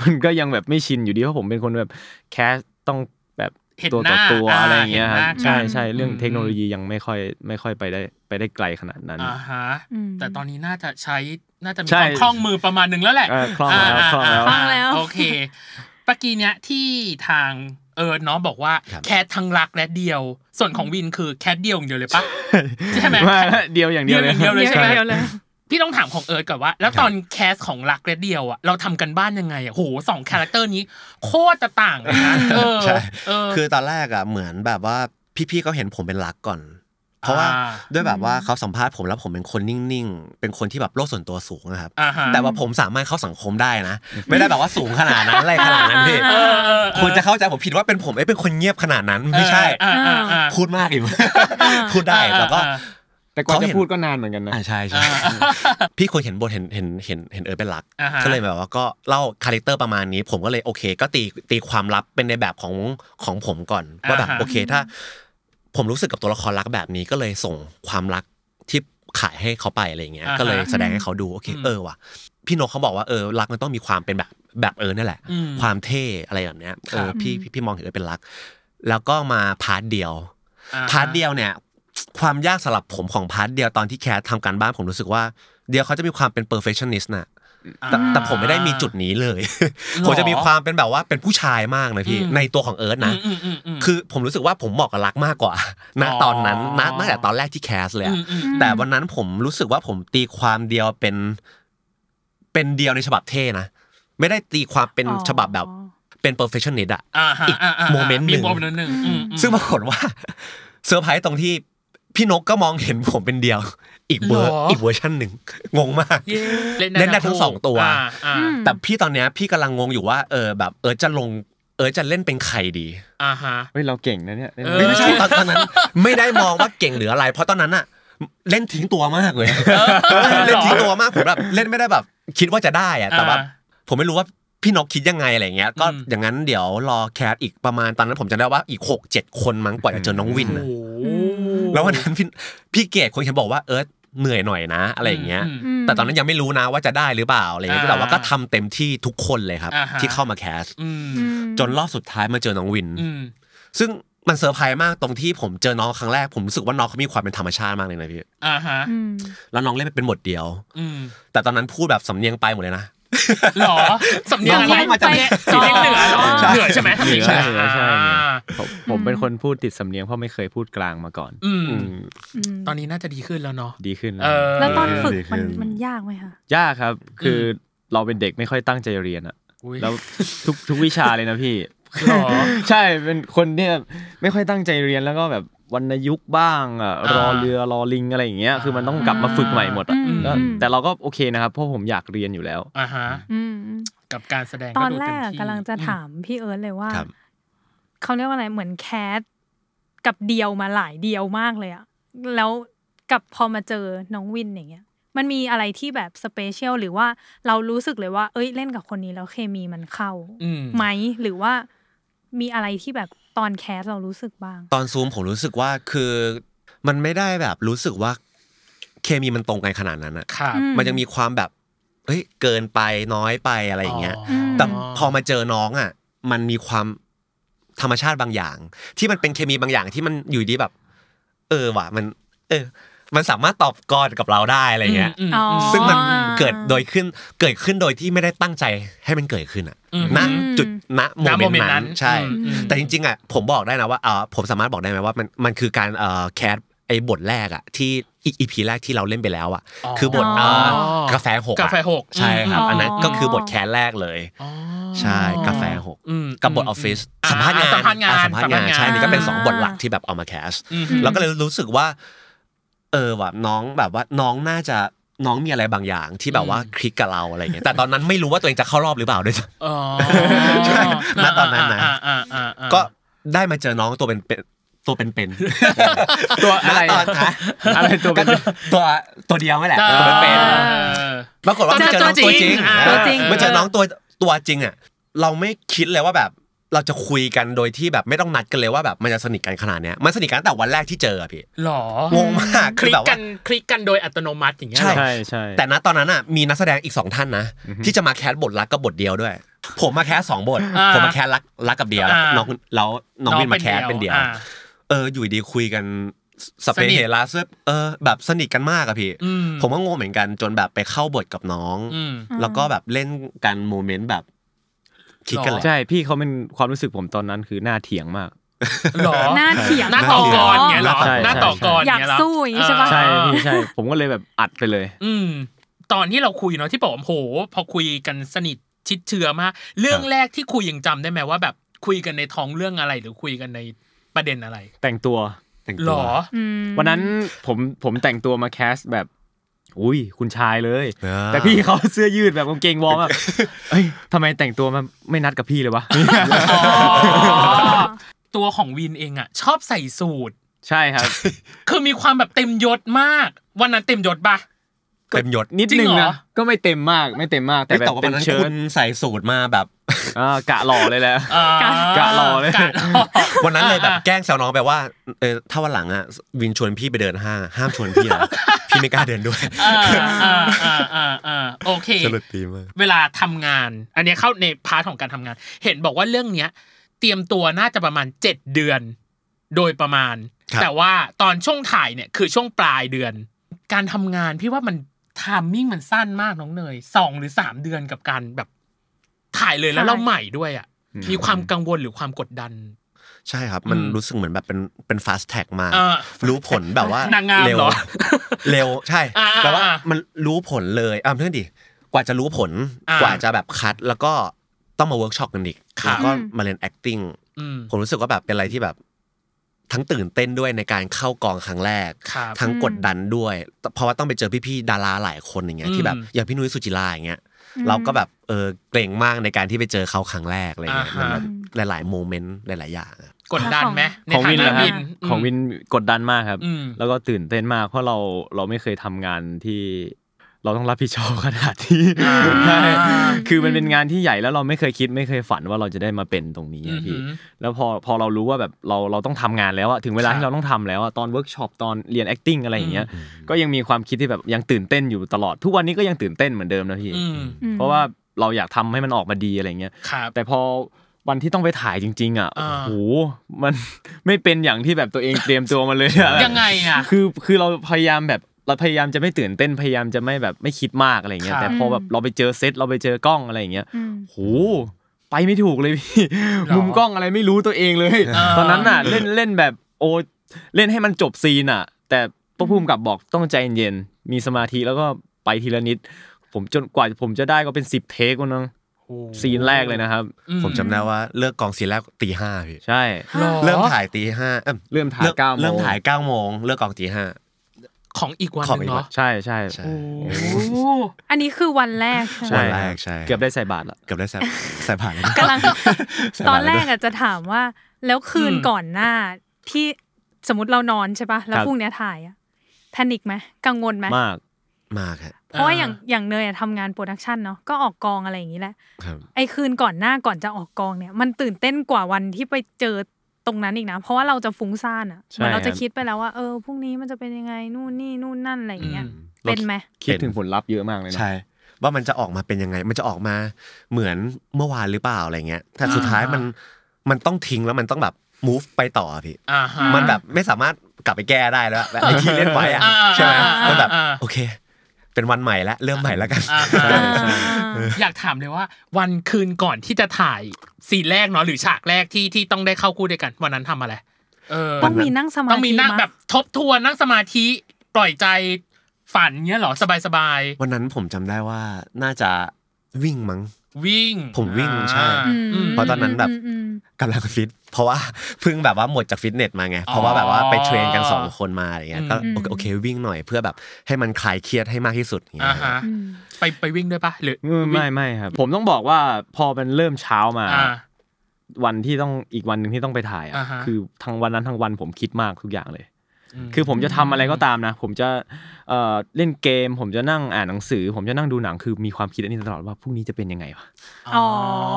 D: มันก็ยังแบบไม่ชินอยู่ดีเพราะผมเป็นคนแบบแคสต้องแบบ
B: เห็น
D: ตัว
B: ห
D: ต่
B: น้า
D: อตัว
B: อ่า
D: อะไรอย่างเงี้ยครับ
B: เห็นหน้ากัน
D: ใช่ใช่เรื่อง
B: อืม
D: เทคโนโลยียังไม่ค่อยไม่ค่อยไปได้ไปได้ไกลขนาดนั้น
B: อ่าฮะ
A: อืม
B: แต่ตอนนี้น่าจะใช้น่าจะมี
D: ใช่
B: ความคล่องมือประมาณหนึ่งแล้วแหละ
D: เออคล่องแล้ว
B: า
D: คล่องแล้ว
A: คล่องแล้ว
B: โอเคปะกี้เนี้ยที่ทางเออเนาะบอกว่าแคททั้งรักและเดียว ส่วนของวินคือแคทเดียวอย่างเดียวเลยปะใช่ไหม
D: ว่าเดียวอย่างเดียวเลย
B: เดียวอย่างเดียวเลยใช่
A: เดี
B: ไหม
A: ยวๆเลย
B: พี่ต้องถามของเอิร์ดก่อนว่า แล้วตอนแคสของรักและเดียวอ่ะเราทำกันบ้านยังไงอ่ะโหสองคาแรคเตอร์นี้ โคตรจะต่างเลยนะเออ
C: ใช่
B: เออ
C: คือตอนแรกอ่ะเหมือนแบบว่าพี่ๆเขาเห็นผมเป็นรักก่อน เพราะว่า
B: อ่า
C: ด้วยแบบว่าเขาสัมภาษณ์ผมแล้วผมเป็นคนนิ่งๆ เป็นคนที่แบบโลกส่วนตัวสูงนะครับ
B: อ่าฮะ
C: แต่ว่าผมสามารถเข้าสังคมได้นะ ไม่ได้แบบว่าสูงขนาดนั้นอะไรขนาดนั้นพี่
B: เออเออเออ
C: คนจะเข้าใจผมผิดว่าเป็นผมเอ้ยเป็นคนเงียบขนาดนั้นไม่ใช่
B: อ่าอ่าอ่า
C: พูดมากอยู่ พูดได้แต่ก็
D: แต่กว่า
C: เขา
D: จะ
C: เห็น
D: พูดก็นานเหมือนกันนะ
C: อ่าใช่ใช่พี่คนเห็นบทเห็นเห็นเห็นเห็นเออเป็นหลัก
B: อ่าฮะ
C: ก็เลยแบบว่าก็เล่าคาแรคเตอร์ประมาณนี้ ผมก็เลยโอเค ก็ตีตีความลับเป็นในแบบของของผมก่อนว่าแบบ
B: อ่าฮะ
C: โอเคถ้า ผมรู้สึกกับตัวละครรักแบบนี้ก็เลยส่งความรักที่ขายให้เขาไปอะไรอย่างเงี้ย
B: อ่าฮะ
C: ก็เลยแสดงให้เขาดูโอเค
B: อืม
C: เออว่ะพี่นกเขาบอกว่าเออรักมันต้องมีความเป็นแบบแบบเออนี่แหละ
B: อืม
C: ความเท่อะไรแบบเนี้ยเอ
B: ค
C: อ
B: รับ
C: พี่พี่พี่มองเห็นเออเป็นรัก แล้วก็มาพาร์ทเดียว
B: อ่ฮะ
C: พาร์ทเดียวเนี่ย ความยากสำหรับผมของพาร์ทเดียวตอนที่แคสทำการบ้านผมรู้สึกว่า เดียวเขาจะมีความเป็น perfectionist นะแต่แต่ผมไม่ได้มีจุดนี้เลย
B: หรอ
C: ผมจะมีความเป็นแบบว่าเป็นผู้ชายมากนะพี่
B: อืม
C: ในตัวของเอิร์ธนะ
B: อืมอืมอืม
C: คือผมรู้สึกว่าผมเหมาะกับรักมากกว่า ณ
B: อ๋อ
C: ตอนนั้นณตั้งแต่ตอนแรกที่แคสเลยอะ
B: มอืม
C: แต่วันนั้นผมรู้สึกว่าผมตีความเดียวเป็น เป็นเดียวในฉบับเท่นะ ไม่ได้ตีความเป็น
A: อ๋อ
C: ฉบับแบบเป็น perfectionist อะ
B: อ่าฮะ
C: อีก
B: าฮะ
C: โมเมนต์หนึ่ง
B: โมเมนต์หนึ่งอืมอืม
C: ซึ่งปรากฏว่า เซอร์ไพรส์ตรงที่พี่นกก็มองเห็นผมเป็นเดียว อีกเวอร์อีกเวอร์ชันหนึ่งงงมาก
B: เย้
C: เล่นได้ทั้งสองตัว
B: อ่าอ่า
C: แต่พี่ตอนเนี้ยพี่กำลังงงอยู่ว่าเออแบบเออจะลงเออจะเล่นเป็นใครดี
B: อ่าฮะ
D: เฮ้ยเราเก่งนะเนี่ย
B: เออ
C: ไม่ไม่ใช่ตอนตอนนั้น ไม่ได้มองว่าเก่งหรืออะไร เพราะตอนนั้นอะเล่นทิ้งตัวมากเลยเล่นทิ้งตัวมากผมแบบเล่นไม่ได้แบบ คิดว่าจะได้อะแต่ว่า
B: อ่า
C: ผมไม่รู้ว่าพี่นกคิดยังไงอะไรเงี้ย ก็
B: อืม
C: อย่างนั้นเดี๋ยวรอแคสอีกประมาณตอนนั้นผมจำได้ว่าอีกหกเจ็ดคนมั้งกว่าจะเจอน้องวิน
B: โอ้
C: อะ
B: โห
C: แล้ววันนั้นพี่พี่เกดคงจะบอกว่าเออเหนื่อยหน่อยนะ อะไรอย่างเงี้ย
B: ม
A: ม
C: แต่ตอนนั้นยังไม่รู้นะว่าจะได้หรือเปล่าอะไรอย่างเงี้ย
B: อ่า
C: แต่ว่าก็ทำเต็มที่ทุกคนเลยครับ
B: อ่าฮะ
C: ที่เข้ามาแคส
B: อืม
A: อืม
C: จนรอบสุดท้ายมาเจอน้องวิน
B: อืม
C: ซึ่งมันเซอร์ไพรส์มากตรงที่ผมเจอน้องครั้งแรกผมรู้สึกว่าน้องเขามีความเป็นธรรมชาติมากเลยนะพี่
B: อ่าฮะ
A: อืม
C: แล้วน้องเล่นเป็นบทเดียว
B: อืม
C: แต่ตอนนั้นพูดแบบสำเนียงไปหมดเลยนะ
B: หรอสำเนียงอะไร
C: สำเนียงมาจาก
B: สำเนียงเหนือเหรอ
A: ใช่
B: เหนือใช่ไหม
D: เหนือ
B: สำเนียง
D: เหนือใช่
B: อ่า
D: ผมผมเป็นคนพูดติดสำเนียงเพราะไม่เคยพูดกลางมาก่อน
B: อืม
D: อืม
E: อืม
B: ตอนนี้น่าจะดีขึ้นแล้วเนาะ
D: ดีขึ้นแล้
B: เอ
D: ว
B: อ
E: แล้วตอนฝึก
F: ดีขึ้
E: มัน
F: น
E: มันยากไหมคะ
D: ยากครับ คืออเราเป็นเด็กไม่ค่อยตั้งใจเรียนอะ
B: อุ๊ย
D: แล้วทุกทุกวิชาเลยนะพี่
B: หรอ
D: ใช่เป็นคนเนี่ยไม่ค่อยตั้งใจเรียนแล้วก็แบบวรรณยุกต์บ้างอ่ะ
B: อ่าร ร
D: อเรือรอลิงอะไรอย่างเงี้ยคือมันต้องกลับมาฝึกใหม่หมด
E: อื
D: อ่ะ
E: ม
D: ก็
E: อืม
D: แต่เราก็โอเคนะครับเพราะผมอยากเรียนอยู่แล้ว
B: อ่าฮะ
E: อืมอืม
B: กับการแสดง
A: ตอน
B: ดู
A: แร
B: เม
A: กอะ
B: ที่
A: กำลังจะถามพี่เอิร์ธเลยว่า
C: ครับ
A: เขาเรียกว่าอะไรเหมือนแคสกับเดียวมาหลายเดียวมากเลยอะแล้วกับพอมาเจอน้องวินอย่างเงี้ย มันมีอะไรที่แบบสเปเชียลหรือว่าเรารู้สึกเลยว่า เอ้ยเล่นกับคนนี้แล้วเคมีมันเข้า
B: อืม
A: ไหมหรือว่ามีอะไรที่แบบตอนแคสเรารู้สึกบ้าง
C: ตอนซูมผมรู้สึกว่าคือมันไม่ได้แบบรู้สึกว่าเคมีมันตรงกันขนาดนั้นอะ
B: ครับ
A: อื ม
C: มันยังมีความแบบเอ้ยเกินไปน้อยไปอะไรอย่างเงี้ย แต่พอมาเจอน้องอ่ะ มันมีความธรรมชาติบางอย่าง ที่มันเป็นเคมีบางอย่างที่มันอยู่ดีแบบ เออว่ะมัน เออ มันสามารถตอบกอนกับเราได้อะไรเงี้ย
B: มม
A: อ๋อ
C: ซึ่งมันเกิดโดยขึ้นเกิดขึ้นโดยที่ไม่ได้ตั้งใจให้มันเกิดขึ้นอ่ะ
B: อืม
C: ณจุดณโม
B: ณ
C: เม
B: โม
C: น
B: เมนต์
C: ต์
B: นั้
C: นั้นนใช่
B: อืม
C: แต่จริงๆอ่ะผมบอกได้นะว่าเออผมสามารถบอกได้ไหมว่ามันมันคือการเอ่อแคสไอ้บทแรกอ่ะ ที่อีอีพีแรกที่เราเล่นไปแล้วอ่ะ คือบทเอ่อ
B: อ๋อก
C: าแฟหกอะ
B: กาแฟหก
C: ใช่ครับ
A: อืม
C: อันนั้นก็คือบทแคสแรกเลย
B: อ๋อ
C: ใช่กาแฟหก
B: อืม
C: กับบทออฟฟิศ
B: อ่า
C: สัมภาษณ์งาน
B: สัมภาษณ์งาน
C: อ่สัมภาษณ์งาน
B: สัมภาษณ์งาน
C: ใช่นี่ก็เป็นสอง
A: อ่า
C: บทหลักที่แบบเอามาแคส
B: อืม
C: เราก็เลยรู้สึกว่า เออแบบน้องแบบว่าน้องน่าจะน้องมีอะไรบางอย่างที่แบบว่า
B: อืม
C: คลิกกับเราอะไรเงี้ยแต่ตอนนั้นไม่รู้ว่าตัวเองจะเข้ารอบหรือเปล่าด้วยซ้
B: อ๋อ
C: ใช่ณตอนนั้นนะ
B: อ่าอ่าอ่าอ่า
C: ำก็ได้มาเจอน้องตัวเป็นเป็นตัวเป็นเป็น
D: ตัว อะไร
C: ณตอนนะ
D: อะไรตัวเป็น
C: ก็ตัวตัวเดียวไม่แหละตัวเป็น
B: เอ
C: ๆ
B: อ
C: ปรากฏว่า
B: เจ
C: ไม่
B: อ
C: เจอน้อง
B: ตั
C: ตั
B: จริ
C: ว วจริ
B: ง
C: ง
B: อ่า
C: นะ
B: ตัวจริง
C: ไม่เจอน้องตัวตัวจริงอ่ะเราไม่คิดเลยว่าแบบเราจะคุยกันโดยที่แบบไม่ต้องนัดกันเลยว่าแบบมันจะสนิทกันขนาดเนี้ยมันสนิทกันตั้งแต่วันแรกที่เจออะพี่
B: หรอ
C: งงมาก
B: ค
C: คือ
B: ลิก
C: แบบ
B: กั
C: ว่า
B: นคลิกกันโดยอัตโนมัติอย่างเงี้ย
C: ใช่
B: เหรอ
D: ใช่ใช่
C: แต่ณตอนนั้นอ่ะมีนักแสดงอีกสองท่านนะที่จะมาแคสบทรักกับบทเดียวด้วย ผมมาแคสสองบท
B: อ่า
C: ผมมาแคสรักรักกับเดียว
B: อ่า
C: น้องแล้วน้องวินมาแคสเป็นเดียว
B: อ่า
C: เอออยู่ดีคุยกันสเป
B: สนิท
C: เฮลาเซเออแบบสนิทกันมากอะพี่
B: อืม
C: ผมก็งงเหมือนกันจนแบบไปเข้าบทกับน้อง
B: อืม
C: แล้วก็แบบเล่นกันโมเมนต์แบบคิดกันแหละ
D: ใช่พี่เขาเป็นความรู้สึกผมตอนนั้นคือหน้าเถียงมาก
B: หรอ
A: หน้าเถียง
B: หน้าต่อกรเงี้ยเหรอ
D: ใช่ใช่
B: หน้าต่อกร
A: อยาก
B: เงี้ยเหรอ
A: สู้อย่างงี้ใช่ปะ
D: ใช่พี่ใช่ผมก็เลยแบบอัดไปเลย
B: อืม ตอนที่เราคุยเนาะที่บอกว่าโห พอคุยกันสนิทชิดเชื้อมาก เรื่องแรกที่คุยยังจำได้ไหมว่าแบบคุยกันในท้องเรื่องอะไรหรือคุยกันในประเด็นอะไร
D: แต่งตัว
B: หรอ
D: วันนั้นผมผมแต่งตัวมาแคสแบบ อุ้ยคุณชายเลย
C: อ่า
D: แต่พี่เขาเสื้อยืดแบบกางเกงวอร์มแบบเอ้ยทำไมแต่งตัวมาไม่นัดกับพี่เลย วะ
B: อ๋อ ตัวของวินเองอ่ะ ชอบใส่สูท
D: ใช่ครับ
B: คือมีความแบบเต็มยศมาก วันนั้นเต็มยศปะ
C: เต็มยศ
D: นิด
B: จริง
D: นึง
B: เหรอ
D: นะก็ไม่เต็มมากไม่เต็มมาก แต่
C: แต่
D: แบ
C: แต่
D: บ
C: ว่า
D: เป็
C: วัน
D: น
C: นั้น
D: เชิ้
C: คุ
D: ต
C: ณใส่สูตรมาแบบ
D: อ่ากะหล่อเลยแหละ
B: อ่าก
D: ะรอเลย
B: กะรอ
C: วันนั้นเลยแบบ
B: อ่า
C: แกล้งแซวน้องแบบว่าเออถ้าวันหลังอ่ะวินชวนพี่ไปเดินห้างห้ามชวนพี่ นะ พี่ไม่กล้าเดินด้วย
B: อ่าอ่าอ่าอ่าอ่าโอเค
C: สรุปดีมาก
B: เวลาทำงาน อันเนี้ยเข้าในพาร์ทของการทำงาน เห็นบอกว่าเรื่องเนี้ย เตรียมตัวน่าจะประมาณ 7 เดือน โดยประมาณ
C: ครับ
B: แต่ว่าตอนช่วงถ่ายเนี่ยคือช่วงปลายเดือน การทำงานพี่ว่ามันทามมิ่งมันสั้นมากน้องเนยสองหรือสามเดือนกับการแบบถ่ายเลยแล้วเราใหม่ด้วยอ่ะมีความกังวลหรือความกดดัน
C: ใช่ครับมัน
B: อืม
C: รู้สึกเหมือนแบบเป็นเป็นฟาสแท็กมาก
B: เออ
C: รู้ผลแบบว่าน
B: างงาม
C: เร็ว
B: เหรอ
C: เร็วใช่
B: อ่า
C: แปลว่า
B: อ่า
C: มันรู้ผลเลยอ่ะเพื่อนดิกว่าจะรู้ผล
B: อ่าก
C: ว่าจะแบบคัดแล้วก็ต้องมาเวิร์กช็อปกันอีก
B: ครับ
C: แล้วก็มาเรียน acting
B: อืม
C: ผมรู้สึกว่าแบบเป็นอะไรที่แบบทั้งตื่นเต้นด้วยในการเข้ากองครั้งแรก
B: ครับ
C: ทั้งกดดันด้วย เพราะว่าต้องไปเจอพี่ๆดาราหลายคนอย่างเงี้ย
B: อืม
C: ที่แบบอย่างพี่นุ้ยสุจิราอย่างเงี้ยเราก็แบบเออเกรงมากในการที่ไปเจอเขาครั้งแรกอะไรเงี้ยมันแบบหลายๆโมเมนต์หลาย ๆ อย่างอะ
B: กดดันไหมใน
D: ของ
B: ฐา
D: วิน
B: นะ
D: เหรอครับ
B: วินม
D: ของวินกดดันมากครับ
B: อืม
D: แล้วก็ตื่นเต้นมาก เพราะเราเราไม่เคยทำงานที่เราต้องรับผิดชอบขนาดที่
B: อ่า
D: ใช่คือมันเป็นงานที่ใหญ่แล้วเราไม่เคยคิดไม่เคยฝันว่าเราจะได้มาเป็นตรงนี้
B: อื
D: อะ
B: อหื
D: พี่
B: อ
D: แล้วพอพอเรารู้ว่าแบบเราเราต้องทำงานแล้วอะถึงเวลา
B: ครับ
D: ที่เราต้องทำแล้วอะตอนเวิร์กช็อปตอนเรียน acting อะไรอย่างเงี้ยก็ยังมีความคิดที่แบบยังตื่นเต้นอยู่ตลอด ทุกวันนี้ก็ยังตื่นเต้นเหมือนเดิมนะพี่
B: อืม
D: เพราะว่าเราอยากทำให้มันออกมาดีอะไรเงี้ย
B: ครับ
D: แต่พอวันที่ต้องไปถ่ายจริง ๆอ่ะโอ้
B: อ่า
D: โหมัน ไม่เป็นอย่างที่แบบตัวเองเตรียมตัวมาเลยอะ
B: ยังไงอ่ะ
D: คือคือเราพยายามแบบเราพยายามจะไม่ตื่นเต้นพยายามจะไม่แบบไม่คิดมากอะไรเงี้
B: ค
D: ย
B: รับ
D: แต่พอแบบเราไปเจอเซตเราไปเจอกล้องอะไรอย่างเงี้ย
E: อืม
D: โห ไปไม่ถูกเลยพี่
B: หรอ
D: มุมกล้องอะไรไม่รู้ตัวเองเลย
B: อ่า
D: ตอนนั้นน่ะ เล่นเล่นแบบโอเล่นให้มันจบซีนอ่ะ แต่พระภูมิกับบอกต้องใจเย็นมีสมาธิแล้วก็ไปทีละนิด ผมจนกว่าผมจะได้ก็เป็นสิบเทควันนึงซีนแรกเลยนะครับ
B: อื
C: ผมจำได้ว่าเลิกกองซีนแรกตีห้าพี่
D: ใช่
B: หรอ
C: เริ่มถ่ายตีห้าอิ่ม
D: เริ่มถ่ายเก้าโมง
C: เริ่มถ่ายเก้าโมงเลิกกองตีห้า
B: ของอีกวันห
C: ของ
B: นึ
C: อี
B: ง
C: กวั
B: เนาะ
C: น
D: ใช่ใช่
C: ใช่
B: โอ้โห
A: อันนี้คือวันแรกใช่ไหม
C: ใช่วันแรกใช่
D: เกือบได้ใส่บาทละ
C: เกือบได้ใส่ใส่ผ่านแล้วนะ
A: กำลัง
C: ใส่
A: ตอ
C: ผ่าน ล้ว
A: แร
C: ด้ว
A: ก
C: ย
A: อะจะถามว่าแล้วคืน
B: อืม
A: ก่อนหน้าที่สมมติเรานอนใช่ปะแล้ว
D: ครับ
A: พรุ่งเนี้ยถ่ายอะแพนิคไหมกังวลไหม
D: มาก
C: มากครับ
A: เพราะว่าอย่างอย่างเนยอะทำงานโปรดักชันเนาะก็ออกกองอะไรอย่างนี้แหละ
C: ครับ
A: ไอคืนก่อนหน้าก่อนจะออกกองเนี่ย มันตื่นเต้นกว่าวันที่ไปเจอตรงนั้นอีกนะ เพราะว่าเราจะฟุ้งซ่านอะเหมือนเราจะคิดไปแล้วว่าเออพรุ่งนี้มันจะเป็นยังไงนู่นนี่นู่นนั่นอะไรอย่างเงี้ย
B: อืม
A: เป็นไหม
D: คิดถึงผลลัพธ์เยอะมากเลยเนอะ
C: ใช่ ว่ามันจะออกมาเป็นยังไง มันจะออกมาเหมือนเมื่อวานหรือเปล่าอะไรเงี้ย แต่สุดท้ายมันมันต้องทิ้งแล้วมันต้องแบบ move ไปต่ออะพี่
B: อ่าฮะ
C: มันแบบไม่สามารถกลับไปแก้ได้แล้วแบบไอ้ที่เล่นไว้อะ
B: อ่า
C: ใช่ไหม
B: อ่า
C: มันแบบ
B: อ่า
C: โอเค เป็นวันใหม่ละเริ่มใหม่แล้วกัน
B: อ่าฮะ
A: อ่า
B: อยากถามเลยว่า วันคืนก่อนที่จะถ่ายซีนแรกเนาะหรือฉากแรกที่ที่ต้องได้เข้าคู่ด้วยกัน วันนั้นทำอะไรเออ
A: ต้องมีนั่งสมาธิ
B: ต้องมีนั่ง
A: มั้ย
B: แบบทบทวนนั่งสมาธิปล่อยใจฝันเงี้ยเหรอสบายสบาย
C: วันนั้นผมจำได้ว่าน่าจะวิ่งมั้ง
B: ๆวิ่ง
C: ผมวิ่งใช่
B: อ่า
A: อืม
B: อืม
C: เพราะตอนนั้นแบบ
A: อืม
C: กำลังฟิต เพราะว่า เพิ่งแบบว่าหมดจากฟิตเนสมาไง เพราะว่าแบบว่าไปเทรนกันสองคนมาอะไรเงี้ย ก็
B: อืม
C: โอเคโอเควิ่งหน่อยเพื่อแบบให้มันคลายเครียดให้มากที่สุดอย่างเงี้
B: อ่าย ฮะ
A: อืม
B: ไปไปวิ่งด้วยปะหรือ
D: อืมไม่ไม่ครับ ผมต้องบอกว่าพอมันเริ่มเช้ามา
B: อ่า
D: วันที่ต้องอีกวันหนึ่งที่ต้องไปถ่ายอ่ะ
B: อ่าฮะ
D: คือทั้งวันนั้นทั้งวันผมคิดมากทุกอย่างเลย คือผมจะทำอะไรก็ตามนะ ผมจะเอ่อเล่นเกม ผมจะนั่งอ่านหนังสือ ผมจะนั่งดูหนังคือมีความคิดอันนี้ตลอดว่าพรุ่งนี้จะเป็นยังไงวะ
A: อ๋อ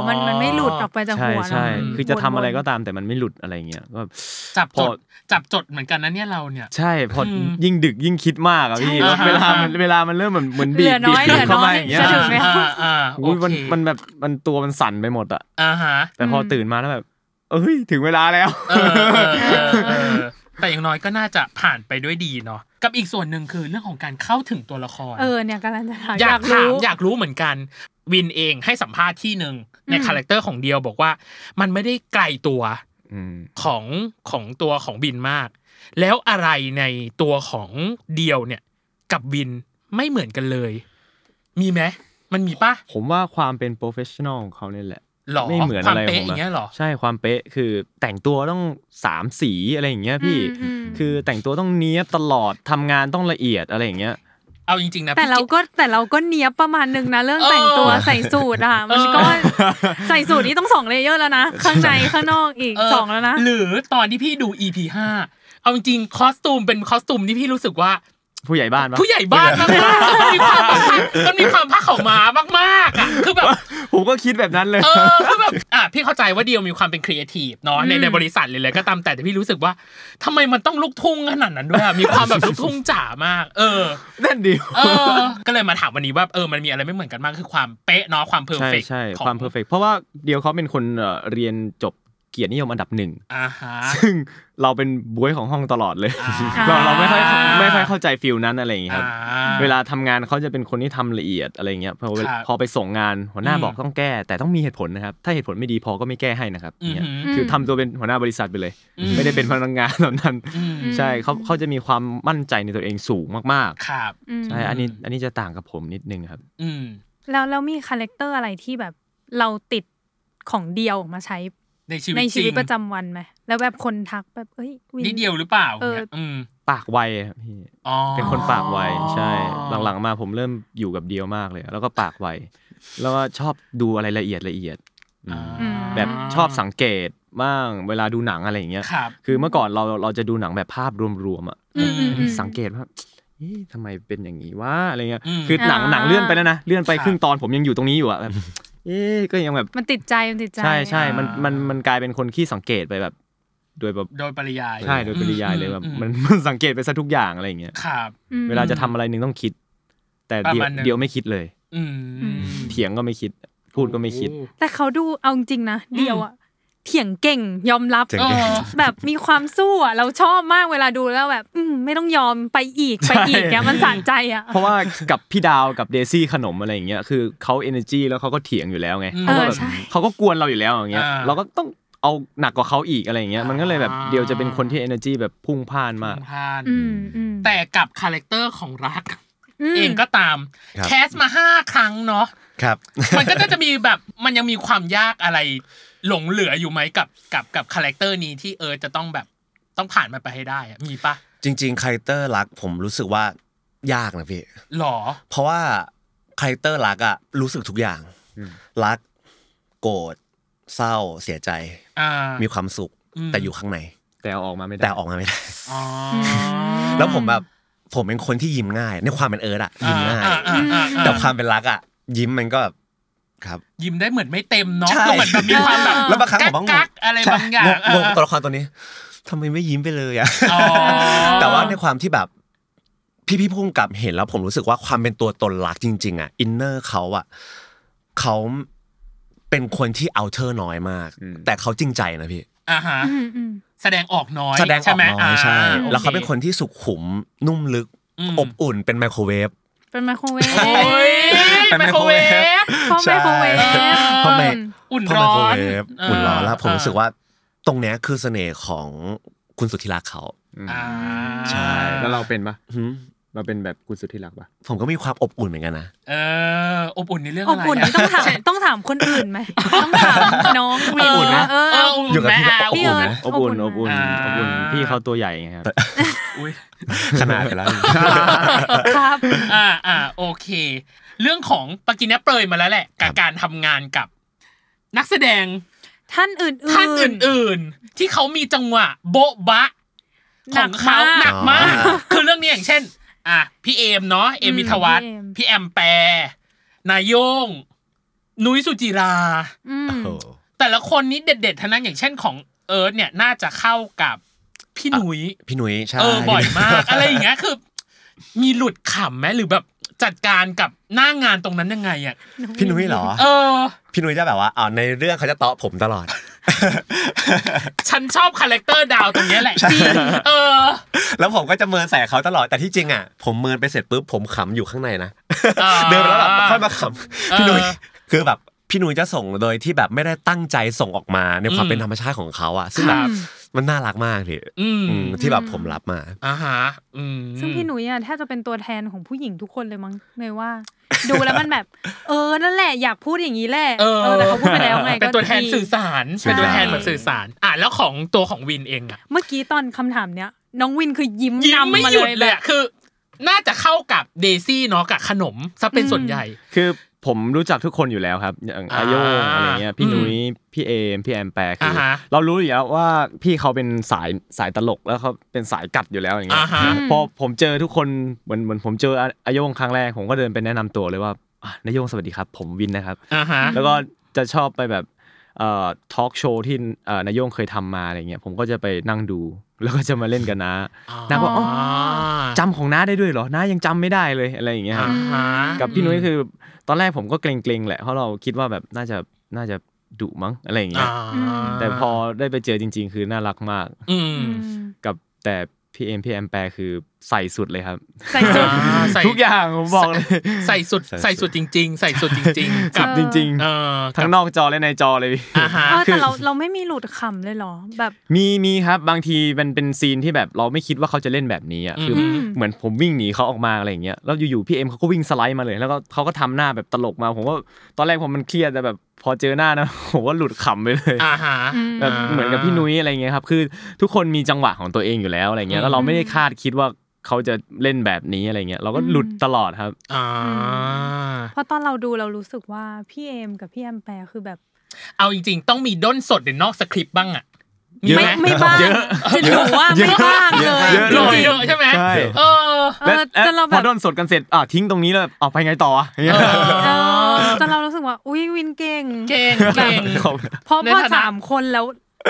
A: มันมันไม่หลุดออกไปจาก
D: ใช่
A: หัว
D: ใช่
A: เน
D: คือจะทำอะไรก็
A: วนๆ
D: ตามแต่มันไม่หลุดอะไรเงี้ยก็
B: จับ
D: พ
B: จ
D: อ
B: ดจับจดเหมือนกันนะเนี่ยเราเนี่ย
D: ใช่พออ
B: ม
D: ยิ่งดึกยิ่งคิดมากอะพี่
B: ใช่
D: เวลามันเวลามันเริ่มเหมือนเหมือนบี
A: เหลื
D: บ
A: อน้
D: บี
A: อย
D: บ
A: เหลือ
D: เข้า
A: น้
D: มา
A: อย
D: อย่างเงี้ย
A: จะถึงไหม
B: อ่าอ่าโอ
D: อุ้ยมัน
B: เค
D: มันแบบมันตัวมันสั่นไปหมดอะ
B: อ่าฮะ
D: แต่พออ
A: ม
D: ตื่นมาแล้วแบบ เอ้ยถึงเวลาแล้ว
B: เออเออเออแต่อย่างน้อยก็น่าจะผ่านไปด้วยดีเนาะกับอีกส่วนหนึ่งคือเรื่องของการเข้าถึงตัวละคร
A: เออเนี่ยกำลังจะถามอ
B: อาย
A: ยาก ก
B: ถาม
A: รู้
B: อยากรู้เหมือนกัน วินเองให้สัมภาษณ์ที่หนึ่งใน
A: อืม
B: คาแรคเตอร์ของเดียวบอกว่า มันไม่ได้ไกลตัว
D: อืม
B: ของของตัวของบินมาก แล้วอะไรในตัวของเดียวเนี่ย กับวินไม่เหมือนกันเลย มีไหมมันมีปะ
D: ผมว่าความเป็น professional ของเขาเนี่ยแหละ
B: หรอ
D: ไม่เหมือน
B: ความ
D: อะไร
B: เป๊ะ
D: ผม
B: อ
D: อะ
B: ย่างเงี้ยหรอ
D: ใช่ความเป๊ะคือแต่งตัวต้องสามสีอะไรอย่างเงี้ยพี่
A: อืมอืม
D: คือแต่งตัวต้องเนี้ยบตลอดทำงานต้องละเอียดอะไรอย่างเงี้ย
B: เอาจริงๆนะ
A: แต่
B: พี่
A: เราก็แต่เราก็เนียบประมาณหนึ่งนะ เรื่อง
B: เออ
A: แต่งตัวใส่สูทอ่ะ มันก็
B: เออ
A: ใส่สูทนี่ต้องสองเลเยอร์แล้วนะ ข้างในข้างนอกอีก
B: เ
A: สองแล้วนะ
B: หรือตอนที่พี่ดู EP ห้าเอาจริงๆคอสตูมเป็นคอสตูมที่พี่รู้สึกว่า
D: ผู้ใหญ่บ้านปะ
B: ผู้ใหญ่บ้านมากๆมันมีความมันมีความผ้าขาวม้ามากๆอ่ะคือแบบ
D: ผมก็คิดแบบนั้นเลย
B: เออคือแบบอ่ะพี่เข้าใจว่าเดียวมีความเป็นครีเอทีฟเนาะในในบริษัทเลยเลยก็ตามแต่แต่พี่รู้สึกว่าทำไมมันต้องลูกทุ่งขนาดนั้นด้วยอ่ะมีความแบบลูกทุ่งจ๋ามาก เออ
D: นั่นดี
B: เออ ก็เลยมาถามวันนี้ว่าเออมันมีอะไรไม่เหมือนกันบ้างคือความเป๊ะเนาะความเพอร์
D: ใช่
B: เฟก
D: ใช่
B: ของ
D: ความเพอร์เฟกเพราะว่าเดียวเขาเป็นคนเอ่อเรียนจบเกียรตินิยมอันดับหนึ่ง
B: อ่าฮะ
D: ซึ่งเราเป็นบวยของห้องตลอดเลย
B: อ่า
D: เราเราไม่ค่อยไม่ค่อยเข้าใจฟิลนั้นอะไรอย่างเงี้ยครับ
B: อ่
D: เวลาทำงานเขาจะเป็นคนที่ทำละเอียดอะไรเงี้ยพอเว
B: ค
D: ลา
B: รับ
D: พอไปส่งงานหัวหน้า
B: อืม
D: บอกต้องแก้ แต่ต้องมีเหตุผลนะครับ ถ้าเหตุผลไม่ดีพอก็ไม่แก้ให้นะครับ
B: อือหือ
D: เนี่ยคือทำตัวเป็นหัวหน้าบริษัทไปเลย ไม่ได้เป็นพนักงานแบบนั้น
B: อืม
D: ใช่เขาเขาจะมีความมั่นใจในตัวเองสูงมาก
B: ครับ
A: อืม
D: ๆใช่อันนี้อันนี้จะต่างกับผมนิดนึงครับ
B: อืม
A: แล้วแล้วมีคาแรคเตอร์อะไรที่แบบเราติดของเดียวมาใช้
B: ในชีวิต
A: ในชีวิต
B: ง
A: ประจำวันไหมแล้วแบบคนทักแบบเอ้ยวิน
B: นิดเดียวหรือเปล่า
A: เออ
B: เนี่ยอืม
D: ปากไวครับพี่
B: อ๋อ
D: เป็นคนปากไวใช่หลังๆมาผมเริ่มอยู่กับเดียวมากเลย แล้วก็ปากไวแล้วก็ชอบดูอะไรละเอียดละเอียดอืม
A: อืม
D: แบบชอบสังเกตบ้างเวลาดูหนังอะไรอย่างเงี้ย
B: ครับ
D: คือเมื่อก่อนเราเราจะดูหนังแบบภาพรวมๆอ่ะ
B: อืมอืมอืม
D: สังเกตว่าเอ๊ะทำไมเป็นอย่างนี้วะอะไรเงี้ย
B: อืม
D: คือหนัง
A: อ่า
D: หนังเลื่อนไปแล้วนะ เลื่อนไป
B: ครับ
D: ครึ่งตอนผมยังอยู่ตรงนี้อยู่อ่ะแบบ เอ๊ะก็ยังแบบ
A: มันติดใจมันติดใจ
D: ใช่ใช่ มันมันมันกลายเป็นคนขี้สังเกตไปแบบ โดยแบบ
B: โดยปริยาย
D: ใช่โดยปริยายเลยแบบ
B: อื
D: มันมันสังเกตไปซะทุกอย่างอะไรอย่างเงี้ย
B: ครับ
A: อืม
D: เวลาจะทำอะไรหนึ่งต้องคิด แต่
B: ประ
D: เดียว
B: มาณหนึ่ง
D: เดียวไม่คิดเลย
B: อืม
D: เถียงก็ไม่คิด พูดก็ไม่คิด
A: แต่เขาดูเอาจริงๆนะ เดียวอะ เถียงเก่งยอมรับ
C: เถียงเก่ง
A: เออแบบมีความสู้อ่ะเราชอบมากเวลาดูแล้วแบบ อืมไม่ต้องยอมไปอีกไปอีกแกมันสานใจอ่ะ
D: เพราะว่ากับพี่ดาวกับเดซี่ขนมอะไรอย่างเงี้ยคือเขาเอเนจีแล้วเขาก็เถียงอยู่แล้วไง
B: อืม
D: เขาก็แบ
A: เออ
D: บ
A: ใช่
D: เขาก็กวนเราอยู่แล้วอย่างเงี้ย
B: อ่า
D: เราก็ต้องเอาหนักกว่าเขาอีกอะไรอย่างเงี้ยมันก็เลยแบบ
B: อ่า
D: เดียวจะเป็นคนที่เอเนจีแบบพุ่งพล่านมาก
B: พาน
A: อืมอืม
B: แต่กับคาแรคเตอร์ของรัก
A: ม
B: เองก็ตาม
C: ครับ
B: แคสมาห้าครั้งเนาะ
C: ครับ
B: มันก็จะมีแบบ มันยังมีความยากอะไร หลงเหลืออยู่ไหมกับกับกับคาแรคเตอร์นี้ที่เออจะต้องแบบต้องผ่านมันไปให้ได้อะมีปะ
C: จริงๆคาแรคเตอร์รักผมรู้สึกว่ายากนะพี่
B: หรอ
C: เพราะว่าคาแรคเตอร์รักอะรู้สึกทุกอย่าง
D: อืม
C: รัก โกรธเศร้าเสียใจ
B: อ่า
C: มีความสุข
B: อืม
C: แต่อยู่ข้างใน
D: แต่เอาออกมาไม่ได้
C: แต่ออกมาไม่ได้
B: อ๋อ
C: แล้วผมแบบผมเป็นคนที่ยิ้มง่าย ในความเป็นเอิร์ธอะยิ้มง่าย
B: อ่อ่อ่อ่
C: แต่ความเป็นรักอะยิ้มมันก็แบบครับ
B: ยิ้มได้เหมือนไม่เต็มเนาะ
C: ใช่
B: ก็เหมือนแบบมีความแบบ
C: แล้วบางครั้งผมก็ง
B: กั
C: ง
B: กๆอะไรบางอย่าง
C: ใช่งงตัวละครตัวนี้ทำไมไม่ยิ้มไปเลยอะ
B: อ๋อ
C: แต่ว่าในความที่แบบพี่พี่พุ่งกับเห็นแล้วผมรู้สึกว่าความเป็นตัวตนรักจริง ๆอ่ะอินเนอร์เขาอ่ะเขาเป็นคนที่เอาเธอน้อยมาก
D: อืม
C: แต่เขาจริงใจนะพี่
B: อ่าฮะ
A: อืมอืม
B: แสดงออกน้อย
C: แสดงออก
B: ใช่ไหม
C: น้อยใช่
B: อ่า
C: แล้วเขาเป็น
B: โอ
C: คนที่สุขุมนุ่มลึก
B: อืม
C: อบอุ่นเป็นไมโครเวฟ
A: เป็นไมโครเวฟ
B: โอ้ย
C: เป็น
B: ไม
C: ไม
B: โคร
C: โคร
B: เว
C: เว
B: ฟ
C: ฟ
A: พ่อไมโครเวฟ
B: ใช่
C: เพราะไม
B: อุ่น
C: เพราะ
B: ร้
C: ไม
B: อ
C: โคร
B: น
C: เวฟอุ่นร้อนแล้วผม
B: เ
C: รู้สึกว่าตรงเนี้ยคือเสน่ห์ของคุณสุทธิรักษ์เขา
B: อ่า
C: ใช่
D: แล้วเราเป็นปะ
C: หืม
D: เราเป็นแบบคุณสุดที่รักปะ
C: ผมก็มีความอบอุ่นเหมือนกันนะ
B: เอออบอุ่นในเรื่อง
A: อบ
B: อะไร
A: อุ่นนี่ต้องถามต้องถามคนอื่นไหมต้องถามน้องวิ
C: อบอุ่นนะ
A: เออ
B: เอ
A: เอ
B: อ
A: อ
B: อบ
C: อ
B: อุ่
C: ยู่
B: น
C: กับ
B: แม่
C: พี่
B: อา
C: ก็อบอุ่น
A: พี่เอิร์ธ
C: นะ
D: อบอุ่นอบอุ่น
B: อ่า
D: อบอุ่นพี่เขาตัวใหญ่ไงครับ
B: อุ๊ย
C: ขนาดไปแล้ว
A: ครับ
B: อ่าอ่าโอเค เรื่องของปากินเนี้ยเปรยมาแล้วแหละกับการทำงานกับ นักแสดง
A: ท่านอื่นๆ
B: ท่านอื่น ๆ ที่เขามีจังหวะ โบ๊ะบะ
A: ห
B: ข
A: นั
B: อก งเขา
A: มาก
B: หนักมาก
C: อ๋อ
B: คือเรื่องนี้อย่างเช่น อ่ะพี่เอมเนาะเอม
A: อืม
B: มิทวัฒน์
A: พี่เอม
B: พี่แอมแปรนายโยง นุ้ยสุจิรา
A: อืม
C: โอ้
B: แต่ละคนนี้เด็ดๆทั้งนั้นอย่างเช่นของเอิร์ธเนี่ยน่าจะเข้ากับพี่หนุย
C: พี่หนุ้ยใช่
B: เออบ่อยมาก อะไรอย่างเงี้ยคือ มีหลุดขำไหมหรือแบบจัดการกับหน้างานตรงนั้นยังไงอ่ะ
C: พี่หนุ้ยเหรอ
B: เออ
C: พี่นุ้ยจะแบบว่าอ่าในเรื่องเขาจะเตาะผมตลอด
B: ฉันชอบคาแรคเตอร์ดาวตรงเนี้ยแหละจริงเออ
C: แล้วผมก็จะเมินใส่เขาตลอด แต่ที่จริงอ่ะ ผมเมินไปเสร็จปุ๊บผมขำอยู่ข้างในนะ
B: อ่า
C: เดินไปแล้วแบบค่อยมาข
B: เออ
C: ำพี่นุ้ยคือแบบพี่นุ้ยจะส่งโดยที่แบบไม่ได้ตั้งใจส่งออกมาในความ
B: อืม
C: เป็นธรรมชาติของเขาอ่ะ ซึ่งแบบมันน่ารักมากพี่
B: อืม
C: อืมที่แบบผมรับมา
B: อ่าฮะอืม
A: ซึ่งพี่หนุ่ยอ่ะแทบจะเป็นตัวแทนของผู้หญิงทุกคนเลยมั้งเลยว่า ดูแล้วมันแบบ เออนั่นแหละอยากพูดอย่างนี้แหละ
B: เออ
A: แต่เขาพูดไปแล้วไงก็
B: เป็นตัวแทน
A: ดี
B: สื่อสาร
A: ใช่
B: เป็นตัวแทนเหมือนสื่อสาร อ่ะแล้วของตัวของวินเองอ่ะ
A: เมื่อกี้ตอนคำถามเนี้ยน้องวินคือยิ้ม
B: ยิ้มไม่
A: นำมา
B: ห
A: เล
B: ยุด
A: ย
B: เล
A: แบ
B: ย
A: บ
B: อะคือ น่าจะเข้ากับเดซี่เนาะกับขนมซะเป็น
A: อืม
B: ส่วนใหญ่
D: คือผมรู้จักทุกคนอยู่แล้วครับอย่าง
B: อ่า
D: อาโยงอะไรเงี้ยพี่
B: อืม
D: นุ้ยพี่เอมพี่แอมแปรคืออา
B: ฮะ
D: เรารู้อยู่แล้วว่าพี่เขาเป็นสายสายตลกแล้วเขาเป็นสายกัดอยู่แล้วอย่างเงี้ย
B: อ่าฮะ
D: พอผมเจอทุกคนเหมือนเหมือนผมเจออาโยงครั้งแรกผมก็เดินไปแนะนำตัวเลยว่าอ่ะนายโยงสวัสดีครับ ผมวินนะครับ
B: อ่าฮะ
D: แล้วก็จะชอบไปแบบเอ่อทอล์กโชว์ที่เอ่อนายโยงเคยทำมาอะไรเงี้ยผมก็จะไปนั่งดู แล้วก็จะมาเล่นกันนะนาบอกอ๋อจำของน้าได้ด้วยเหรอน้ายังจำไม่ได้เลยอะไรอย่างเงี้ยครับ
B: อ่าฮะ
D: กับพี่นุ้ยคือตอนแรกผมก็เกรงๆแหละเพราะเราคิดว่าแบบน่าจะน่าจะดุมั้งอะไรอย่างเงี้ย
B: อ่า
D: แต่พอได้ไปเจอจริง ๆ คือน่ารักมาก
B: อืม
A: อืม
D: กับแต่พี่เอ็มพี่แอมแปรคือใส่สุดเลยครับ
A: ใส่สุ ด
B: อ่าใส่
D: ทุกอย่างผมบอกเลย
B: ใส่สุดใส่สุดจริง ๆ ใส่สุดจริง ๆ กับ
D: จริง
B: เออ
D: ๆ ทั้งนอกจอและในจอเลยพี่
B: อ่าฮะ
A: เออแต่เราเราไม่มีหลุดขำเลยเหรอแบบ
D: มีมีครับบางทีมันเป็นซีนที่แบบเราไม่คิดว่าเขาจะเล่นแบบนี้อ่ะคืออ
A: ม
D: เหมือนผมวิ่งหนีเขาออกมาอะไรอย่างเงี้ยแล้วอยู่ๆพี่เอ็มเขาก็วิ่งสไลด์มาเลย แล้วก็เขาก็ทำหน้าแบบตลกมา ผมว่าตอนแรกผมมันเครียดแต่แบบพอเจอหน้านะ ผมว่าหลุดขำไปเลย
B: อ่าฮะ
D: แบบเหมือนกับพี่นุ้ยอะไรเงี้ยครับคือทุกคนมีจังหวะของตัวเองอยู่แล้วอะไรเงี้ยแล้วเราไม่ได้คาดคิดว่าเขาจะเล่นแบบนี้อะไรเงี้ยเราก็หลุดตลอดครับ
B: อ่า
A: เพราะตอนเราดูเรารู้สึกว่าพี่เอมกับพี่แอมแปรคือแบบ
B: เอาจริง ๆ ต้องมีด้นสดหรือนอกสคริปต์บ้างอ่ะมีไหม
A: ไม่ไม่บ้าง
D: เยอะ
A: คือหนูว่า
D: เยอะ
A: ไม่บ้างเลย
D: เยอะ
B: ห
D: เล
B: ล่อ
A: จริง
B: เยอะใช่ไหม
D: ใช่
B: เออ
A: เออจนเราแบ
D: พอบ โดนสดกันเสร็จอ่ะทิ้งตรงนี้แล้วแบบเอาไปไงต่ออะอย่างเงี้ย
A: เออจนเรารู้สึกว่าอุ้ยวินเก่ง
B: เก่งเก่ง
D: ครับ
A: เพราะ
B: ใน
A: พอ
B: ฐานะ
A: สามคนแล้ว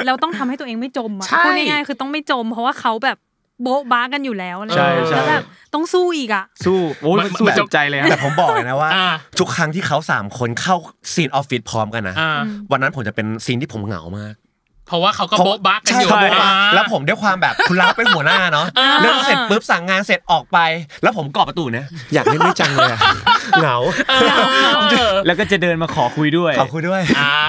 A: เราต้องทำให้ตัวเองไม่จมอ่ะ
B: ใช่
A: พูดง่ายๆคือต้องไม่จม เพราะว่าเขาแบบโบ๊ะบ้ากันอยู่แล้วอะไรอย่างเงี้ย
D: ใช่ใช่
A: แล้วแบบต้องสู้อีกอ่ะ
D: สู้โอ้ย
B: มัน
D: สู้
B: มัน
D: จับใจเลยครับ
C: แต่ผมบอกเลยนะว่า
B: อ่า
C: ทุกครั้งที่เขาสามคนเข้าซีนออฟฟิศพร้อมกันนะ
B: อ่า
C: วันนั้นผมจะเป็นซีนที่ผมเหงามาก
B: เพราะว่าเขาก็โบ๊ะบ้ากันอยู่
C: ใช่
B: โบ๊ะบ้า
C: แล้วผมด้วยความแบบคุณรับเป็นหัวหน้าเนาะ
B: อ่า
C: เรื่องเสร็จปุ๊บสั่งงานเสร็จออกไป แล้วผมกอบประตูเนี่ยอยากเล่นด้วยจังเลยอะเหงา
B: เออ
D: แล้วก็จะเดินมาขอคุยด้วย
C: ขอบคุณด้วย
B: อ่า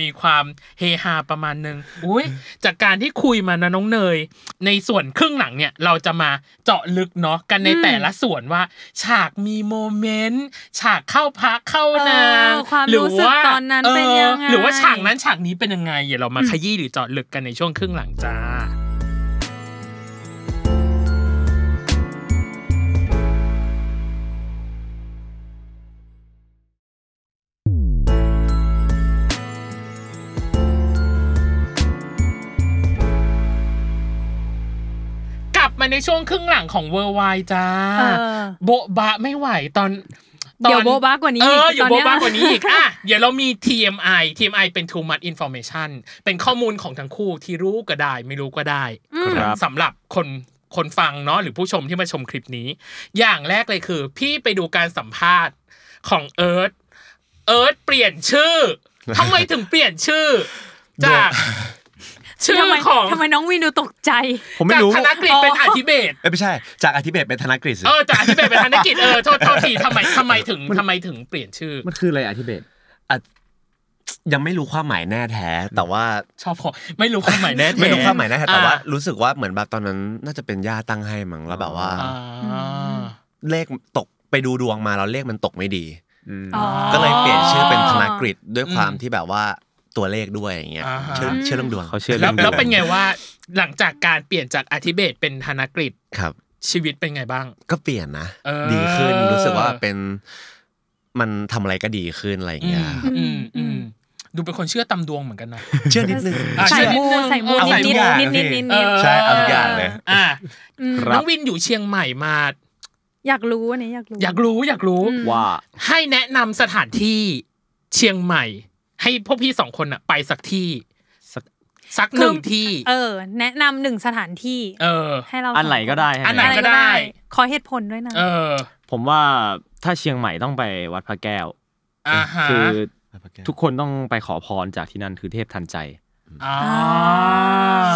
B: มีความเฮฮาประมาณนึงอุ้ยจากการที่คุยมานะน้องเนย ในส่วนครึ่งหลังเนี่ย เราจะมาเจาะลึกเนาะกันใน
A: อืม
B: แต่ละส่วนว่า ฉากมีโมเมนต์ฉากเข้าพักเข้านาง
A: เออความรู้สึกตอนนั้นเป็นยังไง
B: หรือว่าฉากนั้นฉากนี้เป็นยังไงอย่าเรามาขยี้หรือเจาะลึกกันในช่วงครึ่งหลังจ้า กลับมาในช่วงครึ่งหลังของเวอร์ไวจ้า
A: เออ
B: โบะบะไม่ไหวตอน
A: เดี๋ยวโบ๊ะบะกว่านี้
B: เออ
A: อีก
B: เดี๋ยว
A: ตอนเนี้ย
B: โบะบะกว่านี้ อีกอ่ะเดี๋ยวเรามี TMI TMI เป็น too much information เป็นข้อมูลของทั้งคู่ที่รู้ก็ได้ ไม่รู้ก็ได้
D: ครับ
B: สำหรับคนคนฟังเนาะหรือผู้ชมที่มาชมคลิปนี้ อย่างแรกเลยคือ พี่ไปดูการสัมภาษณ์ของเอิร์ธเอิร์ธเปลี่ยนชื่ อทำไมถึงเปลี่ยนชื่อ จากชื่อ
A: ทำไม
B: ของ
A: ทำไมน้องวินดูตกใจ
C: ผมไม่รู้
B: จากธนกฤษเป็นอธิเบศร
C: เอ้ยไม่ใช่ จากอธิเบศเป็นธนกฤษสิ
B: เออจากอธิเบศรเป็นธนกิจเออโทษโทษทีทำไมทำไมถึงทำไมถึงเปลี่ยนชื่อ
D: มันคืออะไรอธิเบศ
C: ยังไม่รู้ความหมายแน่แท้ แต่ว่า
B: ชอบพอไม่รู้ความหมายแน่
C: ไม่รู้ความหมายแน่แท้แต่ว่า
B: อ่
C: รู้สึกว่าเหมือนแบบตอนนั้นน่าจะเป็นย่าตั้งให้มั้งแล้วแบบว่า
B: อ่า
C: เลขตกไปดูดวงมาแล้วเลขมันตกไม่ดี
D: อืม
A: อ๋อ
C: ก็เลยเปลี่ยนชื่อเป็นธนกฤษด้วยความที่แบบว่าตัวเลขด้วยอย่างเงี้ย
B: าฮะ
C: เชื่อเชื่อเรื่องดวง
D: เขาเชื่อ
B: แล้ว
D: เรื่องดวง
B: แล้วเป็นไงว่าหลังจากการเปลี่ยนจากอธิเบศเป็นธนกฤษ
C: ครับ
B: ชีวิตเป็นไงบ้าง
C: ก็เปลี่ยนนะ
B: เออ
C: ดีขึ้นรู้สึกว่าเป็นมันทำอะไรก็ดีขึ้นอะไรอย่า
B: อื
C: งเงี้ย
B: ม
C: ครับ
B: อืมอืมดูเป็นคนเชื่อตำดวงเหมือนกันนะ
C: เชื่อนิดนึง
B: อ่ะ
A: ใส่มูใส่มู
B: เอาใส่
A: นิด
B: ทุกอย่าง
A: นิดนิดนิดนิด
C: ใช่เอาทุกอย่างเลย
B: อ่า
A: อืม
D: ครับ
B: น้องวินอยู่เชียงใหม่มา
A: อยากรู้อันนี้อยากรู้
B: อยากรู้อยากรู้
A: อืม
D: ว่า
B: ให้แนะนำสถานที่เชียงใหม่ ให้พวกพี่สองคนอะไปสักที่
D: สัก
B: สักหนึ่งที่
A: เออ แนะนำหนึ่งสถานที่
B: เออ
A: ให้เรา
D: อันไหนก็ได้
B: อั
D: ใช่
B: น
D: ไห
B: ไห
D: ม
B: น
A: อะไร
B: ก็
A: ก็
B: ได้
A: ได้ ขอเหตุผลด้วยนะ
B: เออ
D: ผมว่าถ้าเชียงใหม่ต้องไปวัดพระแก้ว
B: อ่าฮะ
D: คือ
C: ทุ
D: ทุ
C: ก
D: กคนต้องไปขอพรจากที่นั่นคือเทพทันใจ
B: อ่า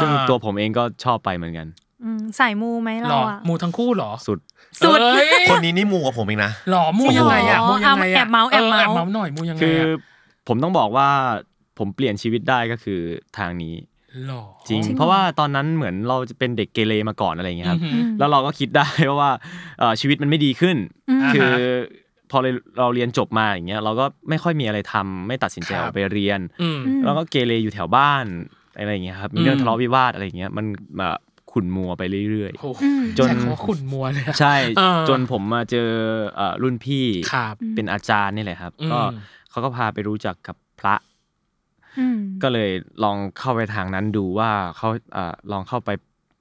D: ซึ่งตัวผมเองก็ชอบไปเหมือนกัน
A: อืมสายมูไหม
B: หร
A: เรา
B: อ
A: อะ
B: มูทั้งคู่หรอ
D: สุด
A: สุด
B: เอ้ย
C: คนนี้นี่มูกับผมเองนะ
B: หรอมูยังไงอะมูยังไงอะ
A: เอาแอบเมาส์แอบเมาส์
B: แอบเมาส์หน่อยมูยังไง
D: คือ
B: อะ
D: ผมต้องบอกว่าผมเปลี่ยนชีวิตได้ก็คือทางนี้
B: หรอ
D: จริง เพราะว่าตอนนั้นเหมือนเราจะเป็นเด็กเกเรมาก่อนอะไรอย่างเงี้ยครับ
B: อือ
A: อื
B: หือ
A: ม
D: แล้วเราก็คิดได้ว่าเอ่อชีวิตมันไม่ดีขึ้น
A: อ่าฮะ
D: คือพอเราเรียนจบมาอย่างเงี้ยเราก็ไม่ค่อยมีอะไรทำไม่ตัดสินใจ
B: ครับ
D: ออกไปเรียน
B: อืม
A: อืม
D: แล้วก็เกเรอยู่แถวบ้านอะไรอย่างเงี้ยครับมีเรื่อง
B: อืม
D: ทะเลาะวิวาทอะไรอย่างเงี้ยมันมาขุ่นมัวไปเรื่อย
B: โอ้โห
D: จน
B: ใช้คำว่าขุนมัวเลยอะ
D: ๆ ใช่
B: เออ
D: จนผมมาเจอเอ่อรุ่นพี่
B: ครับ
D: เป็นอาจารย์นี่แหละครับ
B: อืม
D: ก็เขาก็พาไปรู้จักกับพระ
A: อืม
D: ก็เลยลองเข้าไปทางนั้นดูว่าเขาเอ่อลองเข้าไป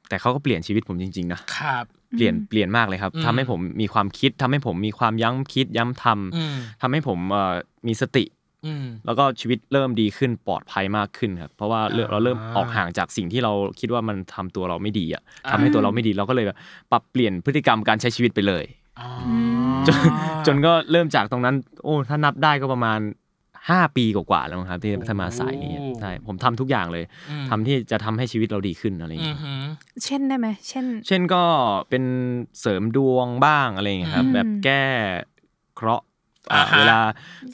D: แต่เขาก็เปลี่ยนชีวิตผมจริงๆนะครับ เปลี่ยนเปลี่ยนมากเลยครับ
B: อืม
D: ทำให้ผมมีความคิดทำให้ผมมีความย้ำคิดย้ำทำ
B: อืม
D: ทำให้ผมเอ่อมีสติ
B: อืม
D: แล้วก็ชีวิตเริ่มดีขึ้นปลอดภัยมากขึ้นครับ เพราะว่าเริ่ม
B: อ่า
D: เราเริ่มออกห่างจากสิ่งที่เราคิดว่ามันทำตัวเราไม่ดีอ่ะ
B: อ่า
D: ทำให้ตัวเราไม่ดีเราก็เลยแบบปรับเปลี่ยนพฤติกรรมการใช้ชีวิตไปเลย
B: อ๋อ
D: จนจนก็เริ่มจากตรงนั้น โอ้ถ้านับได้ก็ประมาณ 5 ปีกว่าๆแล้วมั้งครับที่ทำมาสายนี้ใช่ผมทำทุกอย่างเลย
B: อืม
D: ทำที่จะทำให้ชีวิตเราดีขึ้นอะไรอย่าง
B: อื
D: เงี้
B: อย หือ
A: เช่นได้ไหม เช่น
D: เช่นก็เป็นเสริมดวงบ้างอะไรอย่างเงี้ยครับ
A: อืม
D: แบบแก้เคราะห์อ่า
B: อ่าฮะ
D: เวลา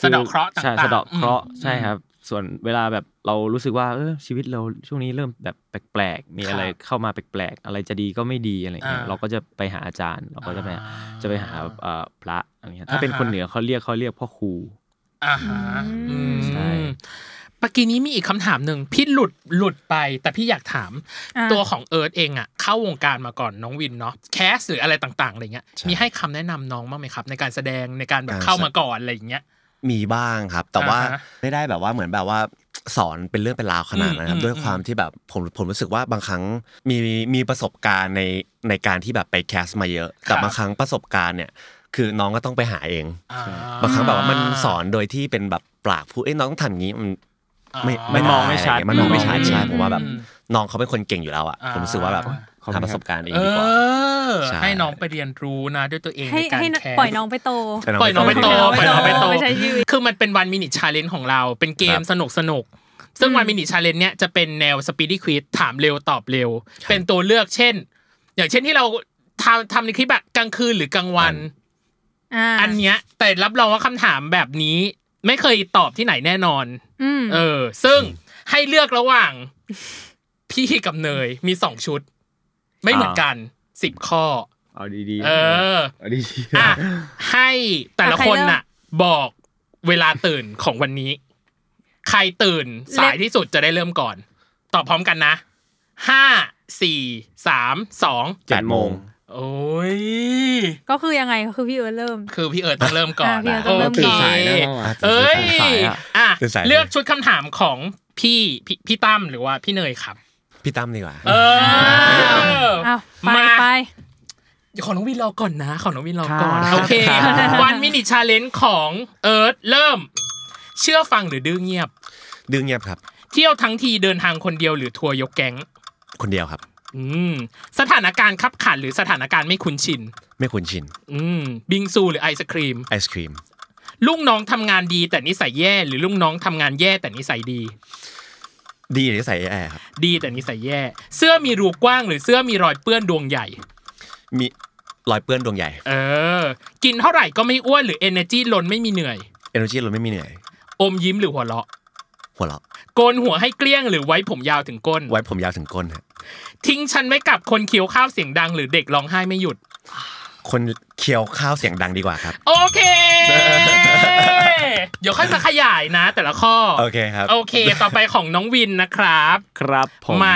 B: สะเดาะเคราะห์ต่างๆ
D: ใช่สะเดาะเคราะห์
B: อืม
D: ใช่ครับ ส่วนเวลาแบบเรารู้สึกว่าเออชีวิตเราช่วงนี้เริ่มแบบแปลกๆ มีอะไร
B: ครับ
D: เข้ามาแปลกๆ อะไรจะดีก็ไม่ดีอะไรอย่างเงี้ย
B: อ่า
D: เราก็จะไปหาอาจารย์เราก็จะไป
B: อ่
D: จะไปหาเอ่อพระอะไรเงี้ยถ้า
B: อ่า
D: เป็นคน
B: ฮะ
D: เหนือเขาเรียกเขาเรียกพ่อครู
B: อ่าฮะอืม
D: ใช่
B: ปกี้นี้มีอีกคำถามหนึ่งพี่หลุดหลุดไป แต่พี่อยากถาม
A: อ่ะ
B: ตัวของเอิร์ธเองอ่ะเข้าวงการมาก่อนน้องวินเนาะแคสหรืออะไรต่างๆอะไรเงี้ย
C: ใช่
B: มีให้คำแนะนำน้องบ้างไหมครับ ในการแสดงในการแบบเข้ามาก่อนอะไรอย่างเงี้ย
C: มีบ้างครับ แต่ว่า
B: อ่าฮะ
C: ไม่ได้แบบว่าเหมือนแบบว่าสอนเป็นเรื่องเป็นราวขนาดนั้นครั
B: อื
C: บ
B: ม
C: ด้วยความที่แบบผมผมรู้สึกว่าบางครั้งมีมีประสบการณ์ในในการที่แบบไปแคสมาเยอะ
B: ค
C: แต่
B: รับ
C: บางครั้งประสบการณ์เนี่ย คือน้องก็ต้องไปหาเอง
B: อ่
C: บางครั้งแบบว่ามันสอนโดยที่เป็นแบบปากพูดเอ้ยน้องต้องทำอย่างนี้มัน
B: อ่า
C: ไม่
D: ไม่มองไม่ชัด
C: มันมองไม่ชัดใช่ผมว่าแบบ
B: อืม
C: น้องเขาเป็นคนเก่งอยู่แล้วอ่ะ
B: อ่า
C: ผมรู้สึกว่าแบบ
D: ขอบคุณค
C: หาป
D: รับ
C: ระสบการณ์เอง
B: เอ
C: ดีกว่า
B: อ
C: ใช่
B: ให้น้องไปเรียนรู้นะด้วยตัวเอง
A: ให้
B: ในการ
A: ให้
B: แคส
A: ปล่อยน้องไปโต
B: ปล่อยน้องไปโตป
A: ปล่
B: ล่
A: อย ยน้
B: อ
A: อง ง
B: น้อไป
A: ไปโต
B: โต
A: ไม่ใช่ยืด
B: คือมันเป็นวันมินิชาเลนของเรา เป็นเกม
C: ครับ
B: สนุกสนุก ซึ่งวันมินิชาเลนเนี่ยจะเป็นแนวสปีดดี้ควิสถามเร็วตอบเร็ว เป็นตัวเลือกเช่น อย่างเช่นที่เราทำทำในคลิปแบบกลางคืนหรือกลางวัน
A: อ่า
B: อันเนี้ยแต่รับรองว่าคำถามแบบนี้ ไม่เคยตอบที่ไหนแน่นอน
A: อืม
B: เออ ซึ่งให้เลือกระหว่าง พี่กับเนยมีสองชุด ไม่เหมือนกันสิบข้อ
D: เอาดีๆ
B: เออ
D: เอาดีๆ
B: อ่ะให้แต่ละคนน่ะ บอกเวลาตื่นของวันนี้ ใครตื่นสายที่สุดจะได้เริ่มก่อน ตอบพร้อมกันนะห้าสี่สามสอง
C: แปดโมง
B: โอ้ย
A: ก็คือยังไงก็คือพี่เอิร์ธเริ่ม
B: คือพี่เอิร์ธต้องเริ่มก่อน
A: อ่ะพี่เอิร์ธต้อง
B: โอ
A: เริ่ม
B: เค
A: ก่อน
D: สายนะเมื่อวาน
B: เอ้ยอ่ะ
C: ตื่นสาย
B: เลือกชุดคำถามของพี่พี่พี่ตั้มหรือว่าพี่เนยครับ
C: พี่ตั้มดีกว่า
B: เออ
A: เอาไป
B: มา
A: ไป
B: ขอน้องวินรอก่อนนะ ขอน้องวินรอก่อนโอเควันมินิชาเลนจ์ของเอิร์ธเริ่ม เชื่อฟังหรือดื้อเงียบ
C: ดื้อเงียบครับ
B: เที่ยวทั้งทีเดินทางคนเดียวหรือทัวร์ยกแก๊ง
C: คนเดียวครับ
B: อืม สถานการณ์คับขันหรือสถานการณ์ไม่คุ้นชิน
C: ไม่คุ้นชิน
B: อืม บิงซูหรือไอศครีม
C: ไอศครีม
B: ลูกน้องทำงานดีแต่นิสัยแย่ หรือลูกน้องทำงานแย่แต่นิสัยดี
C: ดีหรือใส่แอร์ครับ
B: ดีแต่นิสัยแย่ เสื้อมีรูกว้าง หรือเสื้อมีรอยเปื้อนดวงใหญ่
C: มีรอยเปื้อนดวงใหญ่
B: เออ กินเท่าไหร่ก็ไม่อ้วนหรือ energy ล้นไม่มีเหนื่อย
C: energy เราไม่มีเหนื่อย
B: อมยิ้มหรือหัวเราะ
C: หัวเราะ
B: โกนหัวให้เกลี้ยงหรือไว้ผมยาวถึงก้น
C: ไว้ผมยาวถึงก้นฮะ
B: ทิ้งฉันไว้กับคนเคี้ยวข้าวเสียงดัง หรือเด็กร้องไห้ไม่หยุด
C: คนเคี้ยวข้าวเสียงดังดีกว่าครับ
B: โอ เค เดี๋ยวค่อยมาขยายนะ แต่ละข้อ
C: โอเคครับ
B: โอเค ต่อไปของน้องวินนะครับ
D: ครับผม
B: มา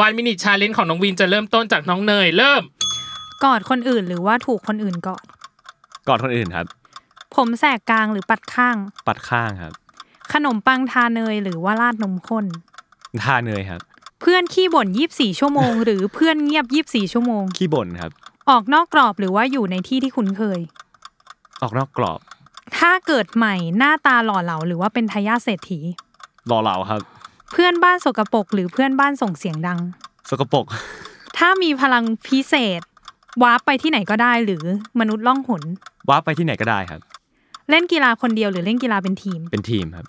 B: วันมินิชาเลนของน้องวินจะเริ่มต้นจากน้องเนย เริ่ม
A: กอดคนอื่นหรือว่าถูกคนอื่นกอด
D: ก่อนคนอื่นครับ
A: ผมแสกกลางหรือปัดข้าง
D: ปัดข้างครับ
A: ขนมปังทาเนยหรือว่าราดนมข้น
D: ทาเนยครับ
A: เพื่อนขี้บ่น24 ชั่วโมง หรือเพื่อนเงียบ 24 ชั่วโมง
D: ขี้บ่นครับ
A: ออกนอกกรอบหรือว่าอยู่ในที่ที่คุ้นเคย
D: ออกนอกกรอบ
A: ถ้าเกิดใหม่หน้าตาหล่อเหลาหรือว่าเป็นทายาทเศรษฐี
D: รอเหลาครับ
A: เพื่อนบ้านสกปรกหรือเพื่อนบ้านส่งเสียงดัง
D: สกปรก
A: ถ้ามีพลังพิเศษว้าร์ปไปที่ไหนก็ได้หรือมนุษย์ล่องหน
D: ว้าร์ปไปที่ไหนก็ได้ครับ
A: เล่นกีฬาคนเดียวหรือเล่นกีฬาเป็นทีม
D: เป็นทีมครับ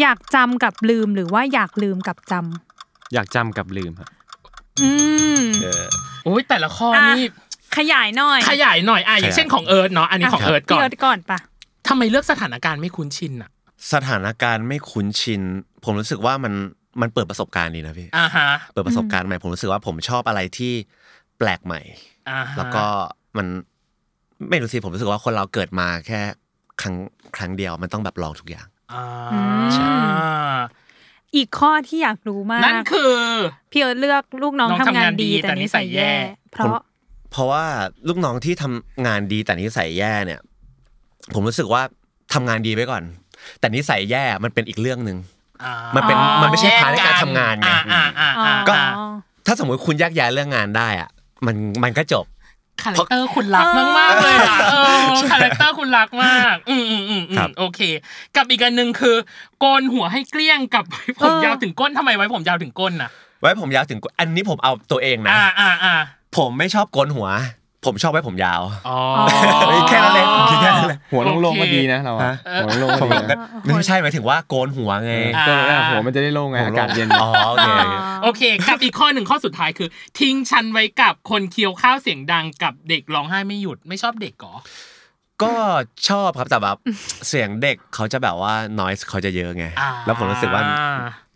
A: อยากจำกับลืมหรือว่าอยากลืมกับจำ
D: อยากจำกับลืมครับ
A: อืม
B: โอ้ยแต่ละข้อนี่
A: ขยายหน่อย
B: ขยายหน่อยอ่ะอย่างเช่นของเอิร์ธเนาะ อันนี้ของเอิร์ธก่อ
A: พี่
B: น
A: ร์ธก่อนปะ
B: ทำไมเลือกสถานการณ์ไม่คุ้นชินอ่ะ
C: สถานการณ์ไม่คุ้นชิน ผมรู้สึกว่ามันมันเปิดประสบการณ์ดีนะพี่
B: อ่าฮะ
C: เปิดประสบการณ์ใหม่ ผมรู้สึกว่าผมชอบอะไรที่แปลกใหม่
B: อ่าฮะ
C: แล้วก็มันไม่รู้สิผมรู้สึกว่าคนเราเกิดมาแค่ครั้งครั้งเดียวมันต้องแบบลองทุกอย่าง
B: อ่า
C: ใช่
A: อีกข้อที่อยากรู้มาก
B: นั่นคือ
A: พี่เอิร์ธเลือกลูกน้อง
B: น้อง
A: ทำงาง
B: ทำาน น
A: ดี
B: ดีแต่
A: แต่นิสัย
B: นิสัยแย่
A: แย่เพราะ
C: เพราะว่าลูกน้องที่ทำงานดีแต่นิสัยแย่เนี่ย ผมรู้สึกว่าทำงานดีไปก่อน แต่นิสัยแย่มันเป็นอีกเรื่องหนึ่ง
B: อ่า
C: มันเป็นมันไม่ใช่พาร์ทในการทำงานไง
B: อ่าอ่าอ่าอ่า
A: อ๋อ
C: ก็ ถ้าสมมติคุณแยกย้ายเรื่องงานได้อะมันมันก็จบ
B: คาแรคเตอร์คุณรักมากมากๆเลยอ่ะเออคาแรคเตอร์คุณรักมาก อืมอืมอืมอืม
C: ครับ
B: โอเค กับอีกอันหนึ่งคือโกนหัวให้เกลี้ยงกับไว้ผม
A: เออ
B: ยาวถึงก้นทำไมไว้ผมยาวถึงก้นน่ะ
C: ไว้ผมยาวถึงอันนี้ผมเอาตัวเองนะ
B: อ่าอ่าอ่า
C: ผมไม่ชอบโกนหัว ผมชอบไว้ผมยาว
B: อ๋อ
C: แค่นั้นเลยผมคิดแค่นั้นเลย
D: หัวลงๆก็ดีนะเราอะ
C: ฮะ
D: หัวลงๆก็ดีนะ
C: ไม่ใช่หมายถึงว่าโกนหัวไง
B: า
D: ก็อ่ะหัวมันจะได้โล่งไง อากาศเย็น
C: อ๋อโอเค
B: โอเค กับอีกข้อหนึ่งข้อสุดท้ายคือ ทิ้งฉันไว้กับคนเคี้ยวข้าวเสียงดังกับเด็กร้องไห้ไม่หยุดไม่ชอบเด็กก่อ
C: ก็ชอบครับแต่แบบเสียงเด็กเขาจะแบบว่า noise เขาจะเยอะไง
B: อ่า
C: แล้วผมรู้สึกว่า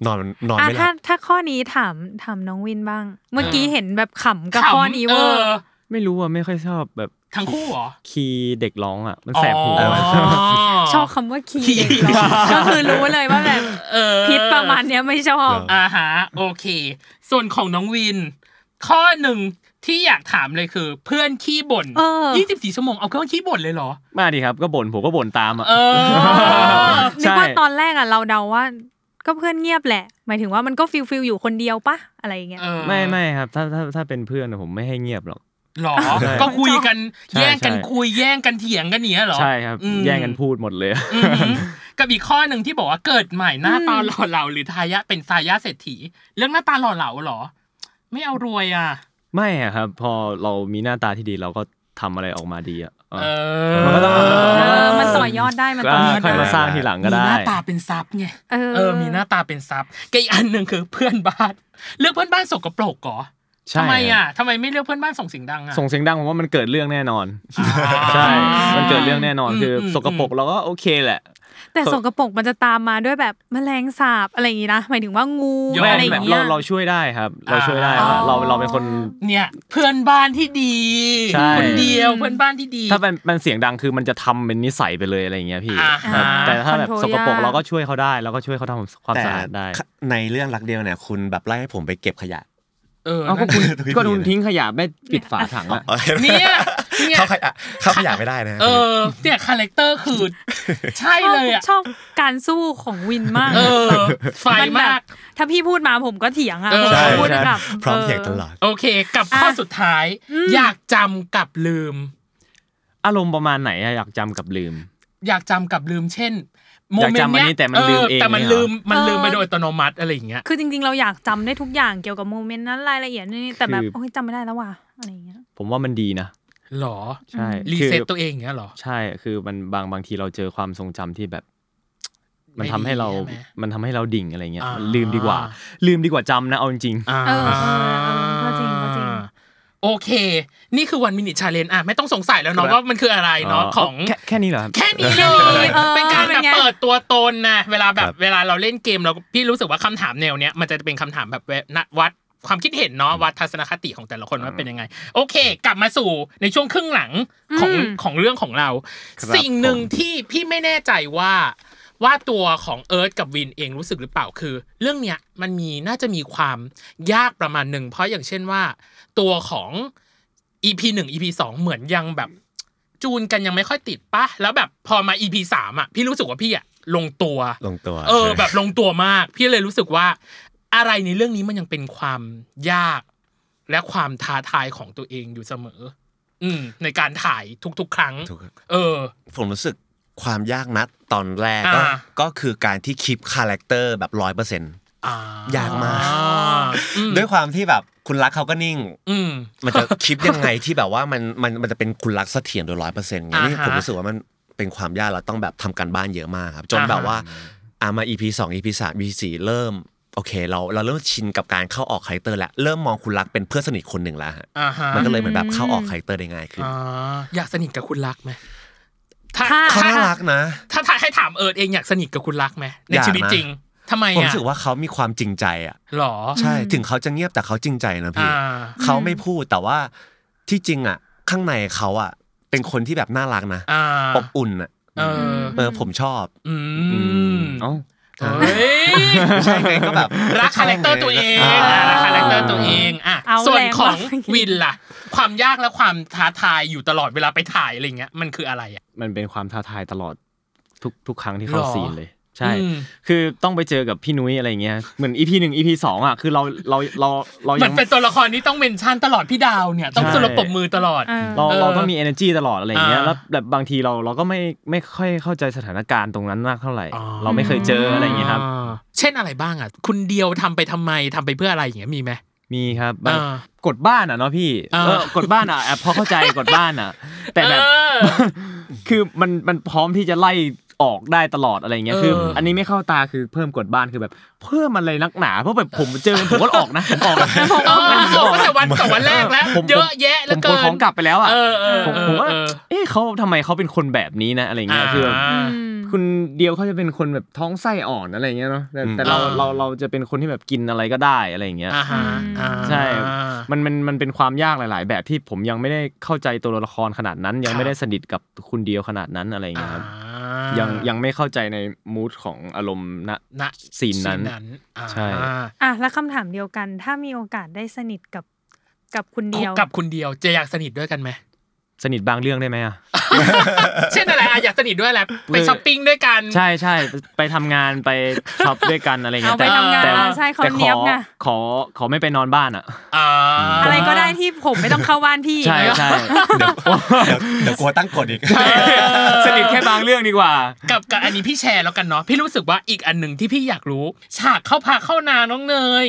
C: นอนนอน
A: อ่ะ
C: ไม่ห
A: ถ้า
C: ลับ
A: ถ้าข้อนี้ถามถามน้องวินบ้าง เมื่อกี้เห็นแบบขำกับ
B: ขำ
A: ข้อนี้เวอร์
D: ไม่รู้อ่ะไม่ค่อยชอบแบบ
B: ทั้งคู่เหรอ
D: คีย์เด็กร้องอ่ะ มันแสบหู
B: อ๋อ
A: ชอบคำว่าคี
B: ขี้
A: เด็กร้องก็คือรู้เลยว่าแบบ
B: เออ
A: พิษประมาณเนี้ยไม่ชอบ
B: อ่าฮะโอเค ส่วนของน้องวิน ข้อหนึ่งที่อยากถามเลยคือ เพื่อนขี้บ่น
A: เออ
B: ยี่สิบสี่ชั่วโมงเอาเพื่อนขี้บ่นเลยเหรอ
D: มาดีครับ ก็บ่นผมก็บ่นตามอ่ะ
B: เอ อ
A: นึก
D: ใช่
A: ว่าตอนแรกอ่ะเราเดาว่า ก็เพื่อนเงียบแหละ หมายถึงว่ามันก็ฟิลฟิลอยู่คนเดียวปะอะไรอย่างเงี้ย
B: เออ
D: ไม่ไม่ครับ ถ้าถ้าถ้าเป็นเพื่อนอะผมไม่ให้เงียบหรอก
B: หรอ
D: ใช่
B: ก็คุยกัน
D: ใช่
B: แย่งกัน
D: ใช่
B: คุยแย่งกันเถียงกันเนี้ยเหรอ
D: ใช่ครับ
B: อืม
D: แย่งกันพูดหมดเลย
B: อื มกับอีกข้อหนึ่งที่บอกว่าเกิดใหม่หน้าตาหล่อเหลาหรือทายะเป็นทายะเศรษฐี เรื่องหน้าตาหล่อเหลาเหรอ ไม่เอารวยอ่ะ
D: ไม่อะครับ พอเรามีหน้าตาที่ดีเราก็ ทำอะไรออกมาดีอ่ะเอ
B: เอ
D: อมันก็ต้องเอา
A: เออมันต่อยอดได้มัน
D: ก็
A: ต่อยอด
D: ค่อยมา
A: ได้
D: สร้างทีหลังก็
B: มีห
D: ได้
B: น้าตาเป็นซับไง
A: เอ
B: เออ มีหน้าตาเป็นซับกับอีกอันหนึ่งคือเพื่อนบ้าน เลือกเพื่อนบ้านสกปรกก่อ
D: ใช่
B: ทำไมอ่ะทำไมไม่เลือกเพื่อนบ้านส่งเสียงดังอ่ะ
D: ส่งเสียงดังผมว่ามันเกิดเรื่องแน่นอน
B: อ่า
D: ใช่ มันเกิดเรื่องแน่นอนคืออ
B: ม
D: สกปรกเราก็โอเคแหละ
A: แต่สกปรกมันจะตามมาด้วยแบบแมลงสาบอะไรอย่างงี้นะหมายถึงว่างู
B: ยอม
D: ไม่
A: อะไรอ
D: แบบ
A: ย่างเงี้
D: เรา
A: ย
D: เราช่วยได้ครับ เราช่วยได้
B: อ๋อ
D: ว่าเราเราเป็นคน
B: เนี่ย เพื่อนบ้านที่ดี
D: ใช่
B: คนเดียวเพื่อนบ้านที่ดี
D: ถ้ามันมันเสียงดังคือมันจะทำเป็นนิสัยไปเลยอะไรอย่างเงี้ยพี่
B: อ่าฮะ
D: แต่ถ้าแบบ
A: Control
D: สกปรก
A: ยาก
D: เราก็ช่วยเขาได้เราก็ช่วยเขาทำความสะอาดได้
C: ในเรื่องรักเดียวเนี่ยคุณแบบไล่ให้ผมไปเก็บขยะ
B: เออ
D: เอาก็
B: นั่น
D: คุณ
C: นั่น
D: ก็คุณทิ้งขยะไม่ปิดฝาถังอะ
B: เนี่ยเนี่ย
C: เข้าขยะเข้าขยะไม่ได้นะ
B: เออเนี่ยคาแรคเตอร์คือ ใช่เลยอ่ะ
A: ชอบการสู้ของวินมาก
B: เออไฟ
A: นแบบ
B: มาก
A: ถ้าพี่พูดมาผมก็เถียงอ่ะ
B: เออ
A: ผมก็พูด
D: ใช่
A: แบบ
C: พร้อมเถียงตลอด
B: โอเค กับข้อสุดท้าย อยากจำกับลืม
D: อารมณ์ประมาณไหนอะอยากจำกับลืม
B: อยากจำกับลืมเช่นโม
D: อยาก
B: เมน
D: จำ
B: ต์
D: อัน
B: เนี้ย
D: นี้แต่มันลืมเอง
B: แต่มัน
D: เนี่ยเหรอ
B: ลืมมันลืมไปโดยอัตโนมัติอะไรอย่างเงี้ย
A: คือจริง ๆ เราอยากจำได้ทุกอย่างเกี่ยวกับโมเมนต์นั้นรายละเอียดนี่แต่แบบ
D: คือ
A: โอ้ยจำไม่ได้แล้วว่ะอะไรอย่างเงี้ย
D: ผมว่ามันดีนะ
B: หรอ
D: ใช่
B: รี
D: คือ
B: เซ็ตตัวเองอย่างเงี้ยหรอ
D: ใช่คือมันบางบางทีเราเจอความทรงจำที่แบบ
B: ไม่
D: มัน
B: ดี
D: ทำให้เรา
B: ใช่ไหม
D: มันทำให้เราดิ่งอะไรเงี้ย
B: อ่ามั
D: นลืมดีกว่า ลืมดีกว่าจำนะเอาจริงๆ
B: อ่า
A: เออเออก็จริงก็จริง
B: โอเค นี่คือวันมินิชาเลนอ่ะ ไม่ต้องสงสัยแล้วเนาะว่ามันคืออะไรเนาะของ
D: แค่แค่นี้เหรอครับ
B: แค่นี้เลย
A: เออ
B: เป็นการแบบ
A: เป็นไง
B: เปิดตัวตนนะเวลาแบ
C: ครับ บ
B: เวลาเราเล่นเกมเราพี่รู้สึกว่าคำถามแนวเนี้ยมันจะเป็นคำถามแบบแวะนัดวัดความคิดเห็นเนาะวัดทัศนคติของแต่ละคนว่าเป็นยังไง โอเค กลับมาสู่ในช่วงครึ่งหลังของ
A: อืม
B: ของเรื่องของเรา
C: ครับ
B: สิ่งหนึ่ง
C: ผม
B: ที่พี่ไม่แน่ใจว่าว่าตัวของเอิร์ธกับวินเองรู้สึกหรือเปล่าคือ เรื่องเนี้ยมันมีน่าจะมีความยากประมาณหนึ่งเพราะอย่างเช่นว่า ตัวของ EP หนึ่ง EP สองเหมือนยังแบบ จูนกันยังไม่ค่อยติดปะแล้วแบบพอมา EP สามอ่ะพี่รู้สึกว่าพี่อ่ะลงตัว
C: ลงตัว
B: เออ แบบลงตัวมาก พี่เลยรู้สึกว่า อะไรในเรื่องนี้มันยังเป็นความยาก และความท้าทายของตัวเองอยู่เสมอ อืม ในการถ่ายทุก ๆ ครั้ง
C: ถูก
B: เออ
C: ผมรู้สึกความยากนัดตอนแรกก็
B: อ่า
C: ก็คือการที่คีปคาแรคเตอร์แบบร้อยเปอร์เซ็นต์
B: อ่
C: ยากมาก
B: อืม
C: ด้วยความที่แบบคุณรักเขาก็นิ่ง
B: อืม
C: มันจะคลิปยังไงที่แบบว่ามันมันมันจะเป็นคุณรักเสถียรโดยร้อยเปอร์เซ็นต์ไง
B: อ่าฮะ
C: นี่ผมรู้สึกว่ามันเป็นความยากเราต้องแบบทำการบ้านเยอะมากครับจน
B: อ่าฮะ
C: แบบว่าอ่ามา EP 2 EP 3 EP 4เริ่มโอเค เราเราเริ่มชินกับการเข้าออกคาแรคเตอร์แล้วเริ่มมองคุณรักเป็นเพื่อนสนิทคนหนึ่งแล้วฮะ
B: อ่าฮะ
C: มันก็เลยเหมือนแบบเข้าออกคาแรคเตอร์ได้ง่ายขึ้น
B: อ่าอยากสนิทกับคุณรักไหมถ้า
A: ถ้า
C: เขาน่ารักนะ
B: ถ้าถ้าให้ถามเอิร์ดเองอยากสนิทกับคุณรักไหมใน
C: อยากนะ
B: ชีวิตจริงทำไม
C: ผม
B: อ่ะ
C: รู้สึกว่าเขามีความจริงใจอ่ะ
B: หรอ
C: ใช่ถึงเขาจะเงียบแต่เขาจริงใจนะพี่
B: อ่า
C: เขาไม่พูดแต่ว่าที่จริงอ่ะ ข้างในเขาอ่ะเป็นคนที่แบบน่ารักนะ
B: อ่า
C: อบอุ่นอ่ะ
B: เออ
C: เออผมชอบ
B: อืม
D: เอ้า
B: เฮ้ย
C: ไม่ใช่ไงก็แบบ
B: รักคาแรคเตอร์ตัวเองอ่ะรักคาแรคเตอร์ตัวเองอ่ะ
A: เอา
B: ส่วน
A: แรง
B: ของ
A: มาก
B: วินล่ะ ความยากและความท้าทายอยู่ตลอดเวลาไปถ่ายอะไรเงี้ยมันคืออะไรอ่ะ
D: มันเป็นความท้าทายตลอดทุกทุกครั้งที่เข้า
B: หรอ
D: ซีนเลย ใช่
B: อืม
D: คือต้องไปเจอกับพี่นุ้ยอะไรเงี้ยเหมือนอีพีหนึ่งอีพีสองอ่ะคือเราเราเราเรา
B: มั
D: ยั
B: น
D: ง
B: เป็นตัวละครที่ต้องเมนชั่นตลอดพี่ดาวเนี่ย ต้อง
D: ใช่
B: สลบปรบมือตลอด
A: เออ
D: เรา
B: เออ
D: เราต้องมี energy ตลอดอะไรเงี้ย
B: อ่า
D: แล้วแบบบางทีเราเราก็ไม่ไม่ค่อยเข้าใจสถานการณ์ตรงนั้นมากเท่าไหร่
B: อ๋อ
D: เราไม่เคยเจออะไรเงี้ยครับ
B: อ่าเช่นอะไรบ้างอ่ะ คุณเดียวทำไปทำไมทำไปเพื่ออะไรอย่างเงี้ยมีไหม
D: มีครับ
B: อ่าก
D: ดบ้านอ่ะเนาะพี่
B: อ่า
D: เออกดบ้านอ่ะแอบพอเข้าใจกดบ้านอ่ะ แต่แบบ
B: เออ
D: คือมันมันพร้อมที่จะไล่ออกได้ตลอดอะไรเงี้ย
B: เออ
D: คือ อันนี้ไม่เข้าตาคือเพิ่มกดบ้านคือแบบเพิ่มอะไรนักหนาเพราะแบบผมเจอผมก็ออกนะผมออกนะผม
B: เอ
D: อ
B: อก
D: อนะ
B: ออกตั้งแต่วันสองวันแรกแล้ว
D: ผม
B: เยอะแยะเห
D: ผ
B: ลือเกิ
D: มขน
B: น
D: ของกลับไปแล้วอ่ะ
B: เออเออ
D: ผม
B: เอ
D: ผมว่า
B: อ
D: เอ๊ะเขาทำไมเขาเป็นคนแบบนี้นะอะไรเงี้ยคือแบบ
B: า
D: คุณเดียวเขาจะเป็นคนแบบท้องไส้อ่อนอะไรเงี้ยเนาะแต่แต่เรา
B: อ่า
D: เราเราจะเป็นคนที่แบบกินอะไรก็ได้อะไรเงี้ย
B: อ่าฮะอ่า
D: ใช่ มันมันมันเป็นความยากหลาย ๆ แบบที่ผมยังไม่ได้เข้าใจตัวละครขนาดนั้น ยั
B: ค
D: ง
B: รับ
D: ไม่ได้สนิทกับคุณเดียวขนาดนั้นอะไรเงี้ยครับ ยังยังไม่เข้าใจในมูทของอารมณ์ณ
B: ณ
D: ซีนนั้น
B: อ่า
D: ใช่
A: อ่ะแล้วคำถามเดียวกัน ถ้ามีโอกาสได้สนิทกับกับคุณเดียว
B: กับคุณเดียวจะอยากสนิทด้วยกันไหม
D: สนิทบางเรื่องได้ไหมอ่ะ
B: เช่นอะไรอ่ะอยากสนิทด้วยแหละ
D: เออ
B: ไปช้อปปิ้งด้วยกัน
D: ใช่ใช่ไปทำงานไปช็อปด้วยกันอะไรเงี้ย
A: เอาไปทำงาน
D: แต่แต่
A: ใช่เขา
D: แต่ข
A: เนี๊
D: อย
A: บไง
D: ขอขอไม่ไปนอนบ้านอ่ะ
B: อ่า
A: อะไรก็ได้ที่ผมไม่ต้องเข้าบ้านพี่
D: ใช่ใช่
C: เดี๋ยวเดี๋ยวกลัวตั้งกฎอีก
D: สนิทแค่บางเรื่องดีกว่า
B: กับกับอันนี้พี่แชร์แล้วกันเนาะพี่รู้สึกว่าอีกอันหนึ่งที่พี่อยากรู้ ฉากเข้าพาเข้านาน้องเนย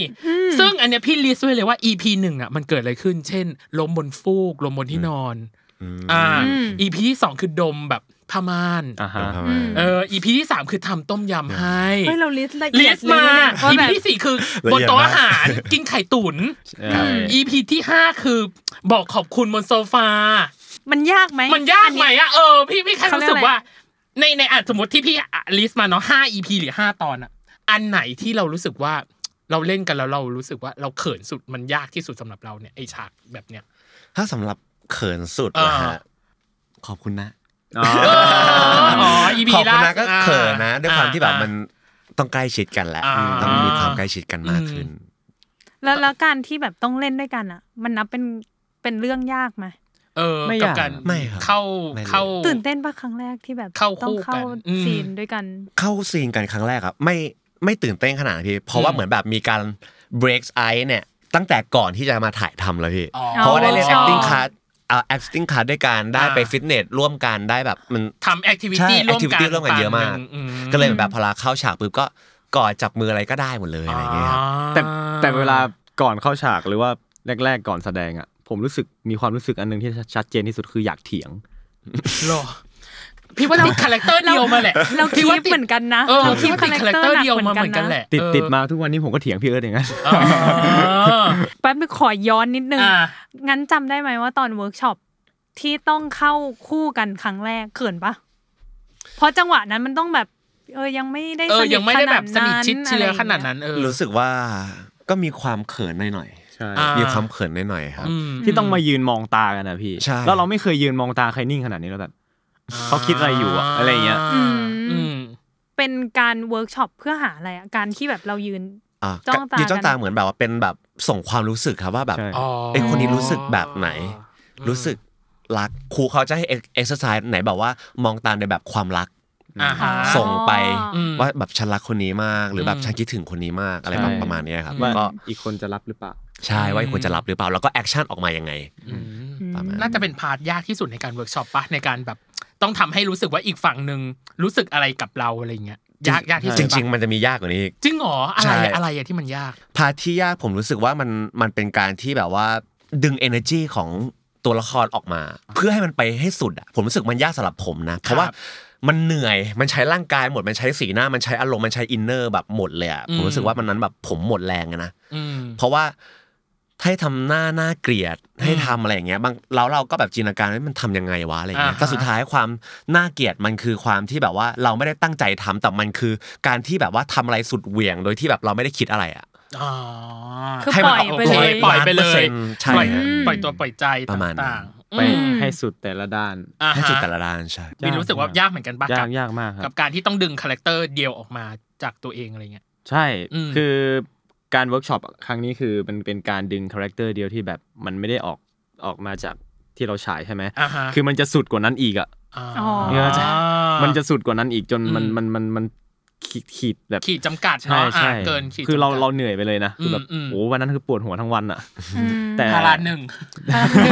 B: ซึ่งอันเนี้ยพี่ลิสต์ไว้เลยว่า EP หนึ่งอ่ะมันเกิดอะไรขึ้น เช่นล้มบนฟูกล้มบนที่นอน อ่า
A: อืม
B: EP ที่สองคือดมแบบผ้าม่าน
D: อ่าฮะ
A: อืม
B: เออ EP ที่สามคือทำต้มยำให้
E: เฮ้ยเราลิสต์ละ
B: ลิ
E: เอียด
B: ส
E: เล
B: มาย
E: นะ
A: ว่า
B: อี
A: แบบ
B: พีที่สี่คือ
G: ละ
B: บ
G: เอี
B: น
G: ยดมาก
B: โต๊ะอาหารกินไข่ตุ๋นอีพีที่ห้าคือบอกขอบคุณบนโซฟา
A: มันยากไหม
B: มันยากไหม
A: อัเ
B: อะเออพี่พี่แค่
A: เขาเรียก
B: รู้สึก
A: อะไร
B: ว่า ในในอ่ะสมมติที่พี่ลิสต์มาเนาะห้าอีพีหรือห้าตอนอะอันไหนที่เรารู้สึกว่าเราเล่นกันแล้วเรารู้สึกว่าเราเขินสุดมันยากที่สุดสำหรับเราเนี่ยไอฉากแบบเนี้ย
C: ถ้าสำหรับเขินสุดนะฮะขอบคุณนะ
D: อ๋อ
B: อ๋อ EP
C: ขอบคุณนะก็
B: ล่าสุด
C: เขินนะ ด้วยความ
B: อ่า
C: ที่แบบ
B: อ่ามั
C: มันต้องใกล้ชิดกันแหละ
B: อ่า
C: ต้องมีความใกล้ชิดกันมากขึ้น
A: แล้วแล้วการที่แบบต้องเล่นด้วยกันอ่ะ มันนับเป็นเป็นเรื่องยากไหม
B: เออ
D: ไม่
B: กับ
D: ยาก
B: การ
C: ไม่ครับ
B: เข้า
C: ไม่เลย
B: เข้า
A: ตื่นเต้นปะครั้งแรกที่แบบ
B: เข้า
A: ต้อ
B: คู่
A: งเข้า
B: กันอืม
A: ซีนด้วยกัน
C: เข้าซีนกันครั้งแรกครับไม่ไม่ตื่นเต้นขนาดนั้นพี่เพราะว่าเหมือนแบบมีการ break ice เนี่ย ตั้งแต่ก่อนที่จะมาถ่ายทำแล้วพี่
B: อ๋อ
C: เพราะว่าได้เล่น
A: อ๋อ
C: acting card เอา acting card ด้วยกันได้ไป
B: อ่า
C: ฟิตเนสร่วมกันได้แบบมัน
B: ทำแอคทิวิ
C: ใช่
B: ตี้ร่วมกัน
C: activity ร่วมกันเยอะมาก
B: อืม
C: ก็เลยแบบพอเราเข้าฉากปุ๊บก็กอดจับมืออะไรก็ได้หมดเลยอะไรอย่างเงี้ยครับ
D: แต่แต่เวลาก่อนเข้าฉากหรือว่าแรก ๆ ก่อนแสดงอ่ะ ผมรู้สึกมีความรู้สึกอันหนึงที่ชัดเจนที่สุดคืออยากเถียง
B: หรอพี่ว่าติดคาแรคเตอร์เดียวมาแหละ
A: เรา
B: พี่
A: คี
B: ว่า
A: บ
B: ติด
A: เหมือนกันนะ
B: เออ
A: เรา
B: พี่ว่าติดคาแรคเตอร์เดียวมาเหมือนกันแหละ
D: ติด
B: เออ
D: ติดมาทุกวันนี้ผมก็เถียงพี่เอิร์ธอย่างนั้น
B: อ๋อ
A: แป๊บนึงขอย้อนนิดนึง
B: อ่า
A: งั้นจำได้ไหมว่าตอนเวิร์กช็อปที่ต้องเข้าคู่กันครั้งแรกเขินปะเพราะจังหวะนั้นมันต้องแบบ เออยังไม่ได้
B: เอ
A: ส
B: อ
A: นิท
B: ยังไม่ได้แบบสนิทชิด
A: ะ
B: เชื้
A: ไรอ
B: อ
A: ย่าง
B: ข
A: งี้ย
B: นาดนั้นเออ
C: รู้สึกว่าก็มีความเขินหน่อย
D: ใช่
B: อ่า
C: ๆมีความเขินหน่อยๆครับ
B: อืม
D: ที่ต้องมายืนมองตากันนะพี่
C: ใช่
D: แล้วเราไม่เคยยืนมองตาใครนิ่งขนาดนี้แล้วแบบเขาคิดอะไรอยู่อะอะไรอย่างเงี้ย
A: อืม
B: อืม
A: เป็นการเวิร์กช็อปเพื่อหาอะไรอะการที่แบบเรายืน
C: อ่ะ
A: จ้องตา
C: ยืนจ้องตา
A: กัน
C: เหมือนแบบว่าเป็นแบบส่งความรู้สึกครับว่าแบบ
D: ใช่
C: เอ้ยคนนี้รู้สึกแบบไหน รู้สึกรักครูเขาจะให้เอ็กซ์ไซส์ไหนแบบว่ามองตามในแบบความรัก
B: อ่าฮะ
C: ส่งไป
B: อืม
C: ว่าแบบฉันรักคนนี้มาก หรือแบบ
B: อืม
C: ฉันคิดถึงคนนี้มากอะไร
D: ใช่
C: แบบประมาณเนี้ยครับ
B: อืม
D: ว่า
C: ก็
D: อีกคนจะรับหรือเปล่า
C: ใช่ว่าควรจะรับหรือเปล่า แล้วก็แอคชั่นออกมายังไง
B: อืม
C: ประมาณ
B: น่าจะเป็นพาร์ทยากที่สุดในการเวิร์กช็อปปะในการแบบ ต้องทำให้รู้สึกว่าอีกฝั่งหนึ่งรู้สึกอะไรกับเราอะไรอย่างเงี้ยยากยากที่สุด
C: จ
B: ปะ
C: ริง ๆ มันจะมียากกว่านี้อีก
B: จริงเหรออะไร
C: ใช่
B: อะอะไรอะที่มันยาก
C: พาร์ทที่ยากผมรู้สึกว่ามันมันเป็นการที่แบบว่าดึง energy ของตัวละครออกมา เพื่อให้มันไปให้สุดอะผมรู้สึกมันยากสำหรับผมนะเพราะว่ามันเหนื่อยมันใช้ร่างกายหมดมันใช้สีหน้ามันใช้อารมณ์มันใช้อินเนอร์แบบหมดเลยอะ
B: อืม
C: ผมรู้สึกว่ามันนั้นแบบผมหมดแรงอะนะ
B: อืม
C: เพราะว่าให้ทำหน้าหน้าเกลียดให้ทำอะไรอย่างเงี้ยบางแล้วเราก็แบบจินตนาการว่ามันทำยังไงวะอะไรอย่างเงี้ย
B: อ่าฮะ
C: แต่สุดท้ายความน่าเกลียดมันคือความที่แบบว่าเราไม่ได้ตั้งใจทำแต่มันคือ การที่แบบว่าทำอะไรสุดเหวี่ยง โดยที่แบบเราไม่ได้คิดอะไรอะ
B: อ๋อ
A: คือ
C: ให้มัน
A: ปล่อยไปเลย
B: ปล่อยไปเลย
C: ใช่
B: ปล่อย
C: ฮะ
B: ปล่อยตัวปล่อยใจ
C: ประมาณนั้น
B: ต่างๆ
D: ไป
B: อืม
D: ให้สุดแต่ละด้าน
B: อ่า
C: ให้
B: ฮะ
C: จุดแต่ละด้านใช่
B: บินรู้สึกว่ายากเหมือนกันปะ
D: ยา
B: กั
D: ก
B: บ
D: ยากมากค
B: กั
D: รั
B: บบ การที่ต้องดึงคาแรคเตอร์เดียวออกมาจากตัวเองอะไรเงี้ย
D: ใช่
B: อืม
D: คือการเวิร์กช็อปครั้งนี้คือมันเป็นการดึงคาแรคเตอร์เดียวที่แบบมันไม่ได้ออกออกมาจากที่เราฉายใช่ไหม
B: อ่าฮะ
D: คือมันจะสุดกว่านั้นอีกอ่ะ
B: า
A: อ๋อ
D: เนี่ยจะ มันจะสุดกว่านั้นอีกจนมัน
B: อืม
D: มันมันมันขีดขีดแบบ
B: ขีดจำกัด
D: ใช่
B: เนาะอ่า
D: ใช่
B: เกินขีด
D: คือเรา
B: จำกัด
D: เราเหนื่อยไปเลยนะคือแบบ
B: อืมอืม
D: โอ้วันนั้นคือปวดหัวทั้งวันอ่ะ
A: อืม
D: แต่
B: พาราหนึ่ง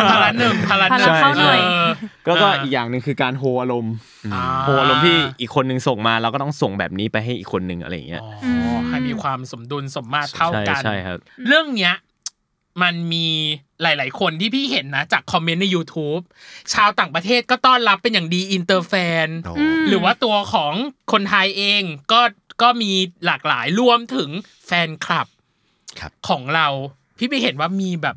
B: พาราหนึ่งพาราหนึ่ง
A: พาราเข้าหน่อย
B: เอ
D: แล้วก็อีกอย่างหนึ่งคือการโฮอารมณ์
B: อ่า
D: โฮอารมณ์ที่อีกคนหนึ่งส่งมาเราก็ต้องส่งแบบนี้ไปให้อีกคนหนึ่งอะไรอย่างเงี้ย
B: อ๋อให้มีความสมดุลสมมาตรเท่า
D: ใช่
B: กัน
D: ใช่ครับ
B: เรื่องเนี้ยมันมีหลาย ๆ คนที่พี่เห็นนะ จากคอมเมนต์ใน YouTube ชาวต่างประเทศก็ต้อนรับเป็นอย่างดีอินเตอร์แฟน
C: โอ้
A: ม
B: หรือว่าตัวของคนไทยเองก็ก็มีหลากหลายรวมถึงแฟนคลับ
C: ครับ
B: ของเรา พี่ไปเห็นว่ามีแบบ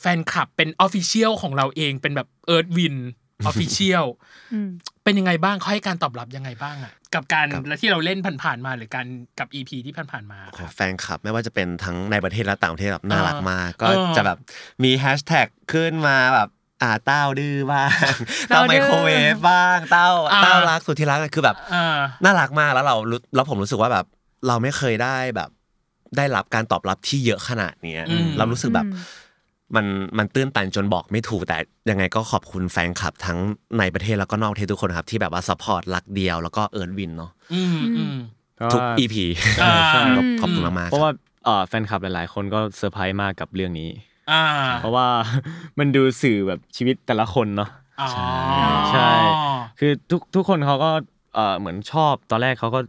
B: แฟนคลับเป็นออฟฟิเชียลของเราเองเป็นแบบเอิร์ธวิน ออฟฟิเชียล
A: อืม
B: เป็นยังไงบ้างเขาให้การตอบรับยังไงบ้างอะกับการ
C: ครับ
B: และที่เราเล่นผ่านๆมาหรือการกับ EP ที่ผ่านๆมา
C: โอ้โหแฟนคลับไม่ว่าจะเป็นทั้งในประเทศและต่างประเทศแบบน่ารักมาก ก็
B: เออ
C: จะแบบมีแฮชแท็กขึ้นมาแบบอ่าเต้าดื้อบ้าง
A: เต้า
C: เต้า
A: ดื้อ
C: ไมโครเวฟบ้างเต้า
B: อ่า
C: เต้ารักสุดที่รักคือแบบ
B: อ่า
C: น่ารักมากแล้วเรารู้แล้วผมรู้สึกว่าแบบเราไม่เคยได้แบบได้รับการตอบรับที่เยอะขนาดเนี้ย
B: อืม
C: เรารู้สึกแบบ
A: อืม
C: มันมันตื้นตันจนบอกไม่ถูกแต่ยังไงก็ขอบคุณแฟนคลับทั้งในประเทศแล้วก็นอกประเทศทุกคนครับที่แบบว่าซัพพอร์ตรักเดียวแล้วก็เอิร์นวินเนาะ
B: อืมอืม
C: ทุก
D: เพราะว่า
C: EP
B: อ่า
C: ใช่ครับ
A: อืม
C: ขอบคุณมากๆ
D: เพราะว่าเอ่อแฟนคลับหลาย ๆ คนก็เซอร์ไพรส์มากกับเรื่องนี้
B: อ่า
D: เพราะว่า มันดูสื่อแบบชีวิตแต่ละคนเนาะ
B: อ๋อ
D: ใช่ คือทุกทุกคนเขาก็เอ่อเหมือนชอบตอนแรกเขาก็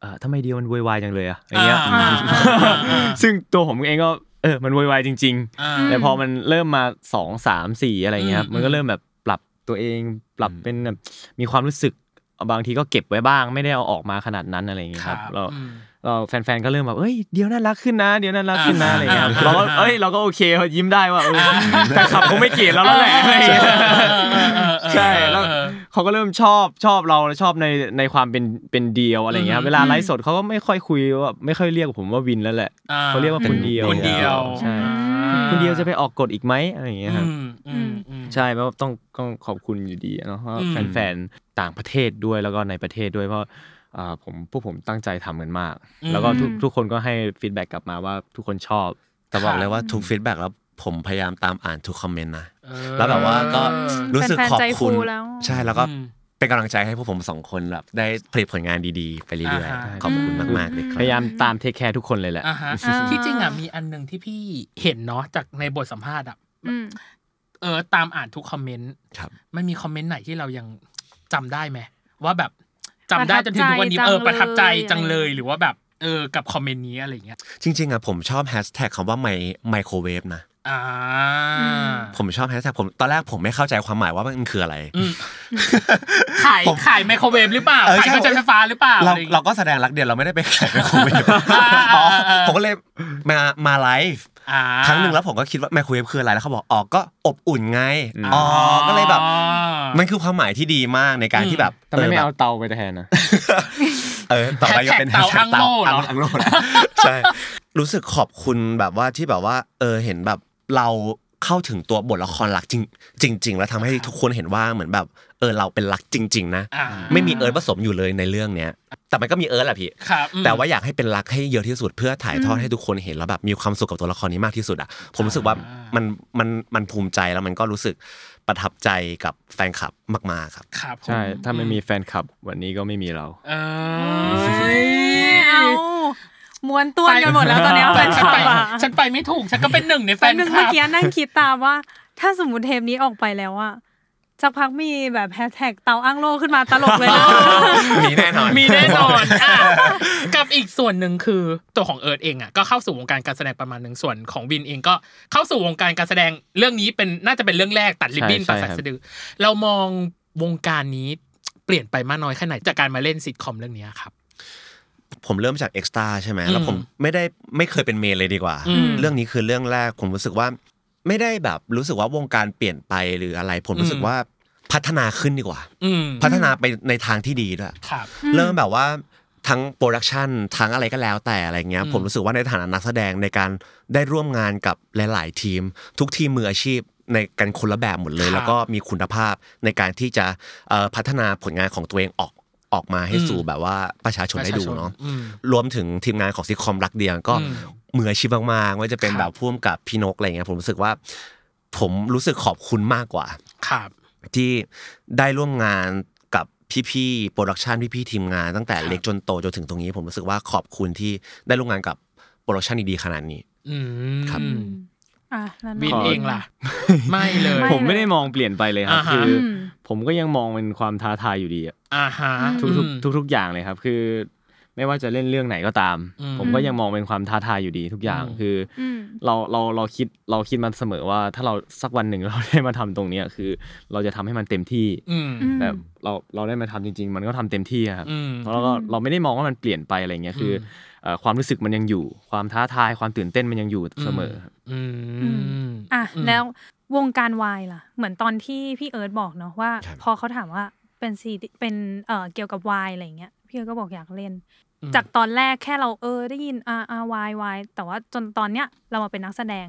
D: เอ่อทำไมเดียวมันวุ่นวายจังเลยอะอย่างเงี้ย
B: อ่าอ่าอ่า
D: ซึ่งตัวผมเองก็เออมันวุ่นวายจริง
B: อ่า
D: ๆ แต่พอมันเริ่มมาสองสามสี่อะไรเงี้ยครับ
B: อืม
D: มันก็เริ่มแบบปรับ ตัวเองปรับ
C: อืม
D: เป็นแบบมีความรู้สึกบางทีก็เก็บไว้บ้าง ไม่ได้เอาออกมาขนาดนั้นอะไรอย่างเงี้ยครับเรา
B: อืม
D: เราแฟนๆก็เริ่มแบบเอ้ยเดี๋ยวน่ารักขึ้นนะ เดี๋ยวน่ารักขึ้นนะ
B: อ่า
D: อะไรอย่างเงี้ย
B: อ่า
D: เราก็
B: อ่า
D: เอ้ยเราก็โอเคยิ้มได้ว่าเออแฟนคลับคงไม่เกลียดเราแล้วแหละอะไรอย่างเงี้ย ใช่แล้วเขาก็เริ่มชอบชอบเราและชอบในในความเป็นเป็นเดียวอะไรอย่างเงี้ย
B: อืม
D: เวลาไลฟ์สดเขาก็ไม่ค่อยคุยว่าไม่ค่อยเรียกผมว่าวินแล้วแหละ
B: อ่
D: เขาเรียกว่าคุณเดียว
B: คนเดียว
D: ใช่
B: อ่า
D: คุณเดียวจะไปออกกฎอีกไหมอะไรอย่างเงี้ยครับ
B: อืมอืมอืม
D: ใช่เพราะว่าต้องต้องขอบคุณอยู่ดีเนาะเพราะว่า
B: อืม
D: แฟนๆต่างประเทศด้วยแล้วก็ในประเทศด้วยเพราะอ่าผมพวกผมตั้งใจทำกันมาก แล้วก็ทุกทุกคนก็ให้ฟีดแบ็กกลับมาว่าทุกคนชอบ
C: แต่บอกเลยว่าทุกฟีดแบ็กแล้วผมพยายามตามอ่านทุกคอมเมนต์นะ
B: เออ
C: แล้วแบบว่าก็รู้สึก
A: แฟนๆ
C: ขอบ
A: ใจฟู
C: คุณ
A: แล้ว
C: ใช่แล้วก็
B: อืม
C: เป็นกำลังใจให้พวกผมสองคนแบบได้ผลิตผลงานดีๆ ไปเรื่อย
B: อ่าฮะ
C: ๆ ขอบคุณมากๆเลยค
D: พ
C: รับ
D: ยายามตามเทคแคร์ทุกคนเลยแหละ
B: อ่าฮะ
A: อ่า
B: ที่จริงอ่ะมีอันหนึ่งที่พี่เห็นเนาะจากในบทสัมภาษณ์อ่ะ
A: อืม
B: เออตามอ่านทุกคอมเมนต์
C: ครับ
B: มันมีคอมเมนต์ไหนที่เรายังจำได้ไหมว่าแบบจำได้
A: ประทับ
B: จนถึงทุกวันนี้
A: ใจจัง
B: เออประทับใจจัง
A: เลย
B: เลยหรือว่าแบบเออกับคอมเมนต์นี้อะไรอย่างเงี้ย
C: จริงๆอ่ะผมชอบแฮชแท็กคำว่าไมไมโครเวฟนะ
B: อ่า
C: ผมชอบแฮชแท็กผมตอนแรกผมไม่เข้าใจความหมายว่ามันคืออะไร
B: อืม ขาย
C: ผม
B: ขายไมโครเวฟหรือเปล่า
C: เออ
B: ขาย
C: ใช่
B: เครื่องใช้ไฟฟ้าหรือเปล่า
C: เรา
B: อะไรอย่ง
C: เรา
B: งี้ย
C: ก็แสดงรักเดียวเราไม่ได้ไปขายไมโครเวฟ
B: อ่า
C: อ๋อ
B: อ่า
C: ผมก็เลยมามาไลฟ์
B: อ่า
C: ครั้งหนึ่งแล้วผมก็คิดว่าไมโครเวฟคืออะไรแล้วเขาบอกอ๋อก็อบอุ่นไงอ๋อก็เลยแบบ
B: อ๋อ
C: มันคือความหมายที่ดีมากในการ
B: อืม
C: ที่แบบ
D: แต่ไม่ไม่
C: แบบ
D: เอาเตาไปแทนนะ
C: เออต่อไปก็เป็น
B: hashtag เตา
C: hashtag
B: อังโล่เหรอ
C: อังโล่นะ ใช่รู้สึกขอบคุณแบบว่าที่แบบว่า เออเห็นแบบเราเข้าถึงตัวบทละครหลักจริงจริง ๆ แล้วทำให้ทุกคนเห็นว่าเหมือนแบบ เออเราเป็นหลักจริง ๆ นะ
B: อ่า
C: ไม่มีเอิร์ธผสมอยู่เลยในเรื่องเนี้ย แต่มันก็มีเอิร์ธแหละพี่
B: ครับอืม
C: แต่ว่าอยากให้เป็นรักให้เยอะที่สุดเพื่อถ่ายทอดให้ทุกคนเห็นแล้วแบบมีความสุขกับตัวละครนี้มากที่สุดอ่ะผมรู้สึกว่ามันมันมันภูมิใจแล้วมันก็รู้สึกประทับใจกับแฟนคลับมากๆครับ
B: ครับผม
D: ใช่ ถ้าไม่มีแฟนคลับวันนี้ก็ไม่มีเรา
B: เอ
A: เอ้
B: ย
A: ยเอาม้วนตัวกันหมดแล้วตอนเนี้ยแฟนค
B: ฉัน
A: ลั
B: ไป
A: บอ่ะ
B: ฉันไปไม่ถูก ฉันก็เป็นหนึ่งในแฟ
A: แป๊บ
B: น
A: นึง
B: ค
A: เมื่อ
B: ลับ
A: กี้นั่งคิดตามว่า ถ้าสมมติเทปนี้ออกไปแล้วอ่ะสักพักมีแบบแฮชแท็กเตาอ้างโลขึ้นมาตลกเลยนะ
C: มีแน่นอน
B: มีแน่นอนอ่ะกับอีกส่วนหนึ่งคือตัวของเอิร์ธเองอ่ะก็เข้าสู่วงการการแสดงประมาณหนึ่งส่วนของวินเองก็เข้าสู่วงการการแสดงเรื่องนี้เป็นน่าจะเป็นเรื่องแรกตัดริบบิ้น
D: ใช่
B: ตัด
D: ใช่
B: สาย
D: ครับ
B: สะดือ เรามองวงการนี้เปลี่ยนไปมากน้อยแค่ไหนจากการมาเล่นซิทคอมเรื่องเนี้ยครับ
C: ผมเริ่มจากเอ็กซ์ตาใช่ไหม
B: อืม
C: แล้วผมไม่ได้ไม่เคยเป็นเมนเลยดีกว่า
B: อืม
C: เรื่องนี้คือเรื่องแรกผมรู้สึกว่า ไม่ได้แบบรู้สึกว่าวงการเปลี่ยนไปหรืออะไร ผมรู้สึ
B: อื
C: ก
B: ม
C: ว่าพัฒนาขึ้นดีกว่า
B: อืม
C: พัฒนาไปในทางที่ดีด้วย
B: ครับ
C: เริ่มแบบว่าทั้งโปรดักชันทั้งอะไรก็แล้วแต่อะไรเงี้ย
B: อืม
C: ผมรู้สึกว่าในฐานะนักแสดงในการได้ร่วมงานกับหลาย ๆ ทีม ทุกทีมมืออาชีพในกันคนละแบบหมดเล
B: ค
C: ย
B: รับ
C: แล้วก็มีคุณภาพในการที่จะเอ่อพัฒนาผลงานของตัวเองออกออกมาให้สู่
B: อืม
C: แบบว่าประชาชนได้
B: ป
C: ดู
B: ระชาชน
C: เนาะ
B: อืม
C: รวมถึงทีมงานของซิทคอมรักเดียงก็
B: อืม
C: มืออาชีพมากๆว่าจะเป็น
B: ครับ
C: แบบพ่วงกับพี่นกอะไรเงี้ยผมรู้สึกว่า ผมรู้สึกขอบคุณมากกว่า
B: ครับ
C: ที่ได้ร่วมงานกับพี่ๆโปรดักชันพี่ๆทีมงานตั้งแต่
B: ครับ
C: เล็กจนโตจนถึงตรงนี้ ผมรู้สึกว่าขอบคุณที่ได้ร่วมงานกับโปรดักชันดีๆขนาดนี้
B: อืม
C: ครับ
A: อ่ะนั่น
B: วิน
A: ข
B: เองล่ะ ไม่เลย
D: ผมไม่ได้มองเปลี่ยนไปเลยครับ
B: อ่าฮะ
D: คืออ
A: ม
D: ผมก็ยังมองเป็นความท้าทายอยู่ดีอะ
B: อ่าฮะ
D: ทุกๆทุกๆอย่างเลยครับ คือ ไม่ว่าจะเล่นเรื่องไหนก็ตาม
B: อืม
D: ผมก็ยังมองเป็นความท้าทายอยู่ดีทุกอย่าง
B: อืม
D: คือ
A: อืม
D: เราเราเราคิดเราคิดมันเสมอว่า ถ้าเราสักวันหนึ่งเราได้มาทำตรงเนี้ยคือ เราจะทำให้มันเต็มที่
B: อืม
A: อืม
D: แบบเราเราได้มาทำจริง ๆ มันก็ทำเต็มที่อะครับ
B: อืม
D: เพราะเราก็เราไม่ได้มองว่ามันเปลี่ยนไปอะไรเงี้ยคืออ
B: ม
D: เอ่อความรู้สึกมันยังอยู่ ความท้าทายความตื่นเต้นมันยังอยู่เสมอ
B: อืม
A: อ่ะแล้ววงการวายล่ะ เหมือนตอนที่พี่เอิร์ธบอกเนาะว่า
C: ครับ
A: พอเขาถามว่าเป็นซีดีเป็นเอ่อเกี่ยวกับวายอะไรอย่างเงี้ยพี่เอิร์ธก็บอกอยากเล่น
B: อืม
A: จากตอนแรกแค่เราเออได้ยินอ่าอ่าวายวายแต่ว่าจนตอนเนี้ยเรามาเป็นนักแสดง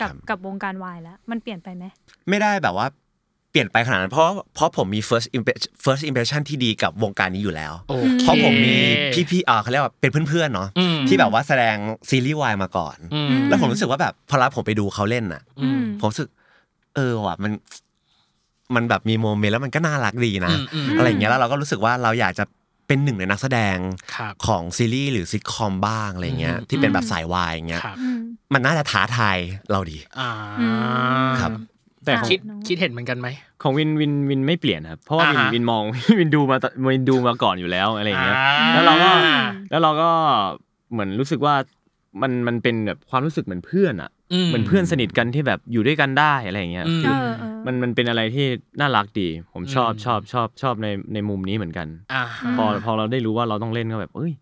A: กับกับวงการวายแล้ว มันเปลี่ยนไปไหม
C: ไม่ได้แบบว่าเปลี่ยนไปขนาดนั้นเพราะเพราะผมมี first impression first impression ที่ดีกับวงการนี้อยู่แล้ว
B: โอค
C: เพราะผมมีพี่ๆอ่าเขาเรียกว่าเป็นเพื่อนๆเนาะ
B: อืม
C: ที่แบบว่าแสดงซีรีส์วายมาก่อน
B: อืม
C: แล้วผมรู้สึกว่าแบบพอรับผมไปดูเขาเล่นน่ะ
A: อืม
C: ผมรู้สึก เออว่ะมัน มันแบบมีโมเมนต์แล้วมันก็น่ารักดีนะ
B: อืมอืม
C: อะไรอย่างเงี้ยแล้วเราก็รู้สึกว่าเราอยากจะเป็นหนึ่งในนักแสดง
B: ครับ
C: ของซีรีส์หรือซิทคอมบ้างอะไรเงี้ย
B: อืม
C: ที่เป็นแบบสายวายอย่างเงี้ย
B: ครับ
A: อืม
C: มันน่าจะท้าทายเราดี
B: อ่า
C: ครับ
D: แต่ของ
B: คิดคิดเห็นเหมือนกันไหม
D: ของวินวินวินไม่เปลี่ยนครับ เพราะว่าวิ
B: อ่าน ฮะ
D: วินมอง วินดูมาตวินดูมาก่อนอยู่แล้วอะไรอย่างเงี้ย แล้วเราก็
B: อ่
D: แล้วเราก็เหมือนรู้สึกว่ามันมันเป็นแบบความรู้สึกเหมือนเพื่อนอะ
B: ม
D: เหมือนเพื่อนสนิทกันที่แบบอยู่ด้วยกันได้อะไรอย่างเงี้ย
B: อืม
D: คือ
A: เออเออ
D: มันมันเป็นอะไรที่น่ารักดี ผมชอบ
B: อืม
D: ชอบชอบชอบในในมุมนี้เหมือนกัน
B: อ่า
D: พอ
A: อืม
D: พอเราได้รู้ว่าเราต้องเล่นก็แบบ เอ้ย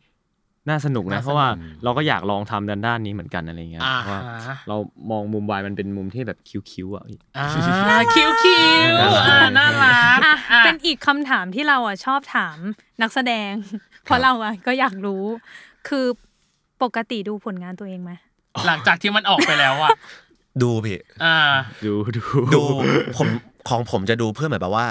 D: น่าสนุกนะ
B: น่าสนุก
D: เพราะว่าเราก็อยากลองทำด้านด้านนี้เหมือนกันอะไรเงี้ย
B: อ่า
D: เพราะว่า
B: ฮะ
D: เรามองมุมวายมันเป็นมุมที่แบบคิ้วๆอ่ะ
B: อ่าคิ้วคิ้วอ่าน่ารัก
A: อ่ะ
B: อ่ะ
A: เป็นอีกคำถามที่เราอ่ะชอบถามนักแสดง เพราะเราอ่ะก็อยากรู้ คือปกติดูผลงานตัวเองไหม
B: หลังจากที่มันออกไปแล้วอ่ะ
C: ดูพี่
B: อ่า
D: ดูดู
C: ดูผมของผมจะดูเพื่อเหมือนแบบว่า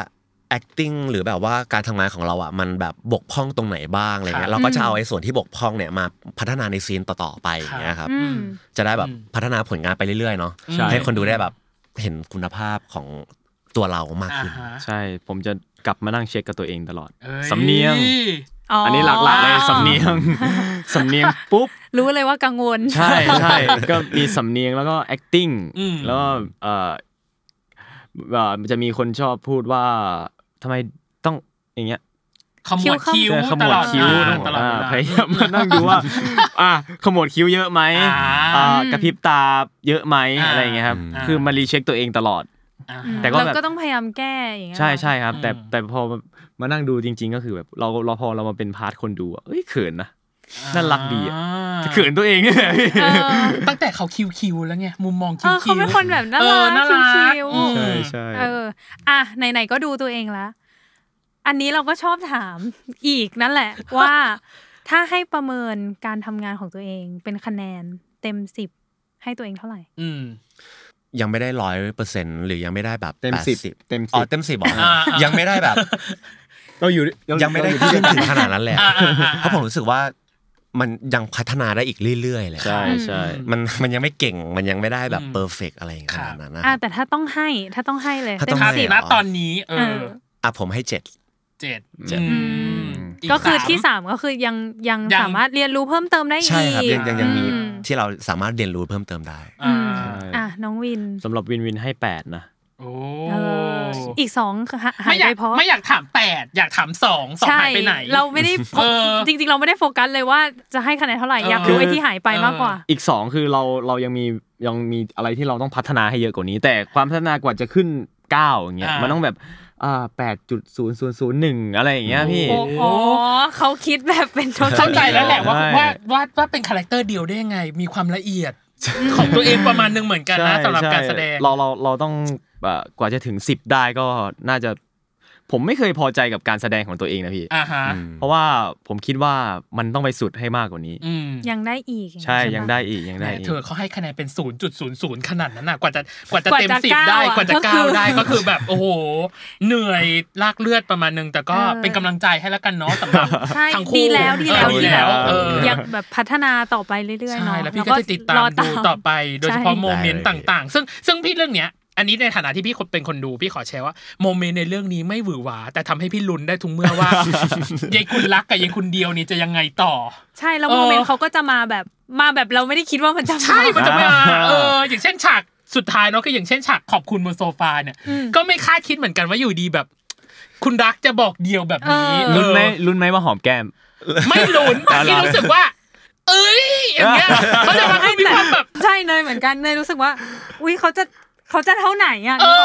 C: acting หรือแบบว่าการทำงานของเราอ่ะมันแบบบกพร่องตรงไหนบ้างอะไรเงี้
B: ครั
C: ย
B: บ
C: เราก็จะเอาไอ้ส่วนที่บกพร่องเนี่ยมาพัฒนาในซีนต่อๆไปอย่างเงี้ยครับ
A: อืม
C: จะได้แบ
B: อื
C: บ
B: ม
C: พัฒนาผลงานไปเรื่อยๆเนาะ
D: ใช่
C: ให้คนดูได้แบบเห็นคุณภาพของตัวเรามาก
B: อ่า
C: ขึ้น
B: ฮะ
D: ใช่ผมจะกลับมานั่งเช็คกับตัวเองตลอด
B: เอ้
D: สำเนียง อันนี้หลักๆเลยสำเนียง สำเนียงปุ๊บ
A: รู้เลยว่ากังวล
D: ใช่ใช่ ก็มีสำเนียงแล้วก็ acting
B: อืม
D: แล้วก็เอ่อเอ่อจะมีคนชอบพูดว่าทำไมต้องอย่างเงี้ย
B: ขมวดคิ้ว
D: ใช่ขม
B: ต
D: ว
B: ล
D: ด
B: อด
D: คิ้ว
B: เวลา
D: ต้องบ
B: ต
D: อก
B: ลอด
D: อ่า
B: เวลา
D: พยายามมานั่งดู ว่า อ่ะขมวดคิ้วเยอะไหม
B: อ่า
D: อ่า กระพริบตาเยอะไหม
B: อ่า
D: อะไรอย่างเงี้ยครับ
C: อ่า
D: คือมารีเช็คตัวเองตลอด
B: อ่า
D: แต่ก็
A: เรา
D: แบบ
A: ก็ต้องพยายามแก้อย่างเงี้ย
D: ใช่
A: เหรอ
D: ใช่ครับ แต่
B: อืม
D: แต่พอมานั่งดูจริง ๆ ก็คือแบบเราเราพอเรามาเป็นพาร์ทคนดูอะเอ้ยเขินนะ น่ารักดีอะ เขินตัวเอง เนี่ย
A: เออ
B: ตั้งแต่เขาคิวคิวๆแล้วไงมุมมอง
A: เอ
B: คิ
A: อ
B: ว
A: เขา
B: คิว
A: เป็นคนแบบน่า
B: เออ
A: รั
B: น่าก รัก
A: คิ้ว
B: อืม
A: ๆ
D: ใช่ใช่
A: เออ อ่ะไหนๆก็ดูตัวเองละอันนี้เราก็ชอบถามอีกนั่นแหละ ว่าถ้าให้ประเมินการทำงานของตัวเองเป็นคะแนนเต็มสิบให้ตัวเองเท่าไหร่
B: อืม
C: ยังไม่ได้ร้อยเปอร์เซ็นต์หรือยังไม่ได้แบบ
D: เต็ม
C: แปด
D: สิบเต็มสิบ
C: อ๋อเต็มสิบเหรอ
B: อ่าอ่ายั
C: ยังไม่ได้ แบบ
D: เราอยู่
C: ยังไม่ได้
D: เราอ
C: ขึ้
D: ยู่
C: น
D: ที่
C: ถึงขนาดนั้นแหละ
B: อ่าอ่าอ่า
C: เพราะผมรู้สึกว่ามันยังพัฒนาได้อีกเรื่อยๆเลย
D: ใช่ใช่
B: อืม
C: มันมันยังไม่เก่งมันยังไม่ได้แบบ
B: อืม
C: เพอร์เฟกอะไรอย่างขนาดนั้นนะ
A: อ่ะแต่ถ้าต้องให้ถ้าต้องให้เลย
C: ถ้า
A: เต็
C: ต้
A: ม
C: อง
B: ค
C: ให้
B: รับ
A: สิบ
B: ณตอนนี้ เอ
A: เอ
B: อ
A: อ
C: อ่ะผมให้เจ็ด
B: เจ็ด
D: เจ็ด
B: อืม
D: อืม
A: ก็คือที่
B: สาม
A: สามก็คือยังยัง
B: ยัง
A: สามารถเรียนรู้เพิ่มเติมได้อีก
C: ใช่ครับยังยังยังมี
A: อื
C: ที่เราสามารถเรียนรู้เพิ่มเติมได้
A: อื
B: อ่าม
A: อ่ะน้องวิน
D: สำหรับวินวินให้แปดนะ
B: โอ้
A: เอออีกสองหาหา
B: ไม่
A: ย
B: อยา
A: ไป
B: ก
A: เพราะ
B: ไม่อยากถามแปดอยากถามสองสองหายไปไหน
A: เราไม่ ได้โฟ
B: เออ
A: จริง ๆ เราไม่ได้โฟกัสเลยว่าจะให้คะแนนเท่าไหร่
B: เอออย
A: อากรู้ไอ้ที่หายไป
B: เออ
A: มากกว่า
D: อีกสองคือเราเรายังมียังมีอะไรที่เราต้องพัฒนาให้เยอะกว่านี้ แต่ความพัฒนากว่าจะขึ้นเก้าอย่างเงี้ย
B: อ่ามั
D: มันต้องแบบอ่าแปดจุดศูนย์ศูนย์ศูนย์หนึ่งอะไรอย่างเงี้ยพี่
A: โอ้โหเขาคิดแบบ เป็นทศ
B: เข้าใจ
A: นิยม
B: แล้วแหละว่า
D: ใช่
B: ว่าว่าว่าเป็นคาแรคเตอร์เดียวได้ยังไง มีความละเอียดของตัวเองประมาณหนึงเหมือนกันนะ
D: ใช่
B: สำหรับ
D: ใช่
B: การแสดง
D: เราเราเราต้องเอ่อกว่าจะถึงสิบได้ก็น่าจะ ผมไม่เคยพอใจกับการแสดงของตัวเองนะพี่
B: อ่าฮะ
D: เพราะว่าผมคิดว่ามันต้องไปสุดให้มากกว่านี้
B: อืม
A: ยังได้อีก
D: ใช่
A: ปะ
D: ยังได้อีกยัง
B: แหม
D: ได้อีก
B: เธอเขาให้คะแนนเป็น 0.00 ขนาดนั้นน่ะ กว่าจะกว่าจะ
A: กว่า
B: เต็ม
A: จะ
B: สิบ
A: เก้า
B: ได้
A: อ่ะ
B: กว่าจะ
A: ก็
B: เก้า
A: คือ
B: ได้ก็คือแบบโอ้โห เหนื่อยลากเลือดประมาณหนึง แต่ก็
A: เออ
B: เป็นกำลังใจให้แล้วกันเนาะสำหรับ
A: ใช่
B: ทั้งคู่
A: ดีแล้วดีแล้ว
B: เออ
A: ดีแล้ว
B: เออ
A: ยังแบบพัฒนาต่อไปเรื่อยๆ
B: ใช่
A: เนาะ
B: แล้วพี่ก็จะติดตาม
A: ร
B: ดูต่อไปโดยเฉพาะ
A: ใช่
B: โมเมนต์
C: ได้เลย
B: ต่างๆ ซึ่งซึ่งพี่เรื่องเนี้ย อันนี้ในฐานะที่พี่คนเป็นคนดูพี่ขอแชร์ว่าโมเมนต์ในเรื่องนี้ไม่หวือหวา แต่ทำให้พี่ลุ้นได้ทุกเมื่ อว่า ยายคุณรักกับยายคุณเดียวนี่จะยังไงต่อ
A: ใช่แล้ว
B: เออ
A: โมเมนต์เขาก็จะมาแบบมาแบบเราไม่ได้คิดว่ามันจะมา
B: ใช่มันจะมา
D: อ่า
B: เอออย่างเช่นฉากสุดท้ายเนาะคืออย่างเช่นฉากขอบคุณบนโซฟาเนี่ย
A: อืม
B: ก็ไม่คาดคิดเหมือนกันว่าอยู่ดีแบบ คุณรักจะบอกเดียวแบบนี้
A: เออ
D: ลุ้นไหม
B: เออ
D: ลุ้นไหมว่าหอมแก้ม
B: ไม่ลุ้นแต่ที่รู้สึกว่า เอ้ยอย่างเงี้ยเขาจะมาให้มีความแบบ
A: ใช่เนยเหมือนกันเนยรู้สึกว่า อุ้ยเขาจะเขาจะเท่าไหนอ่ะ
B: เออ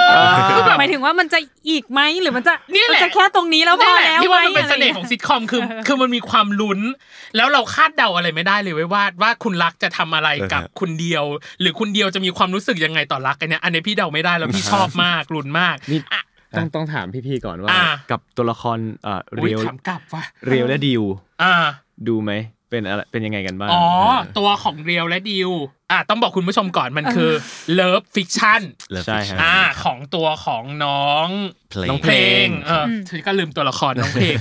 A: นึกออกปะ
B: แบบ
A: หมายถึงว่ามันจะอีกไหมหรือมันจะ
B: เนี่ยแหละ
A: มัจะแค่ตรงนี้แล้วพอ
B: นี่หะ
A: แล้ว
B: พี่
A: ไหม
B: ว่ามันเป็น
A: อะไร
B: เสน่
A: เงี้
B: ห์
A: ย
B: ของซิทคอมคือ คือมันมีความลุ้น แล้วเราคาดเดาอะไรไม่ได้เลยเว้ยว่าว่าคุณรักจะทำอะไรกับคุณเดียว หรือคุณเดียวจะมีความรู้สึกยังไงต่อรักอันเนี้ยอันเนี้ยพี่เดาไม่ได้แล้วพี่ชอบมากลุ้นมาก
D: นี่ต้องต้องถามพี่ๆก่อนว่า
B: อ่า
D: กับตัวละครเอ่อ
B: อุย
D: เรียว
B: ถามกลับว่ะ
D: เรียวและดิว
B: อ่า
D: ดูไหมเป็นอะไรเป็นยังไงกันบ้าง
B: อ๋อ
D: เ
B: ตัวของเรียวและดิวอ่ะต้องบอกคุณผู้ชมก่อนมันคือเลิฟฟิกชั่น
C: Love
D: ใช่ครับ
C: Fiction
B: อ่าของตัวของน้อง
C: เพลง
D: น้อง
B: เพลงเออ
A: อืม
B: ทีก็ลืมตัวละครน้องเพลง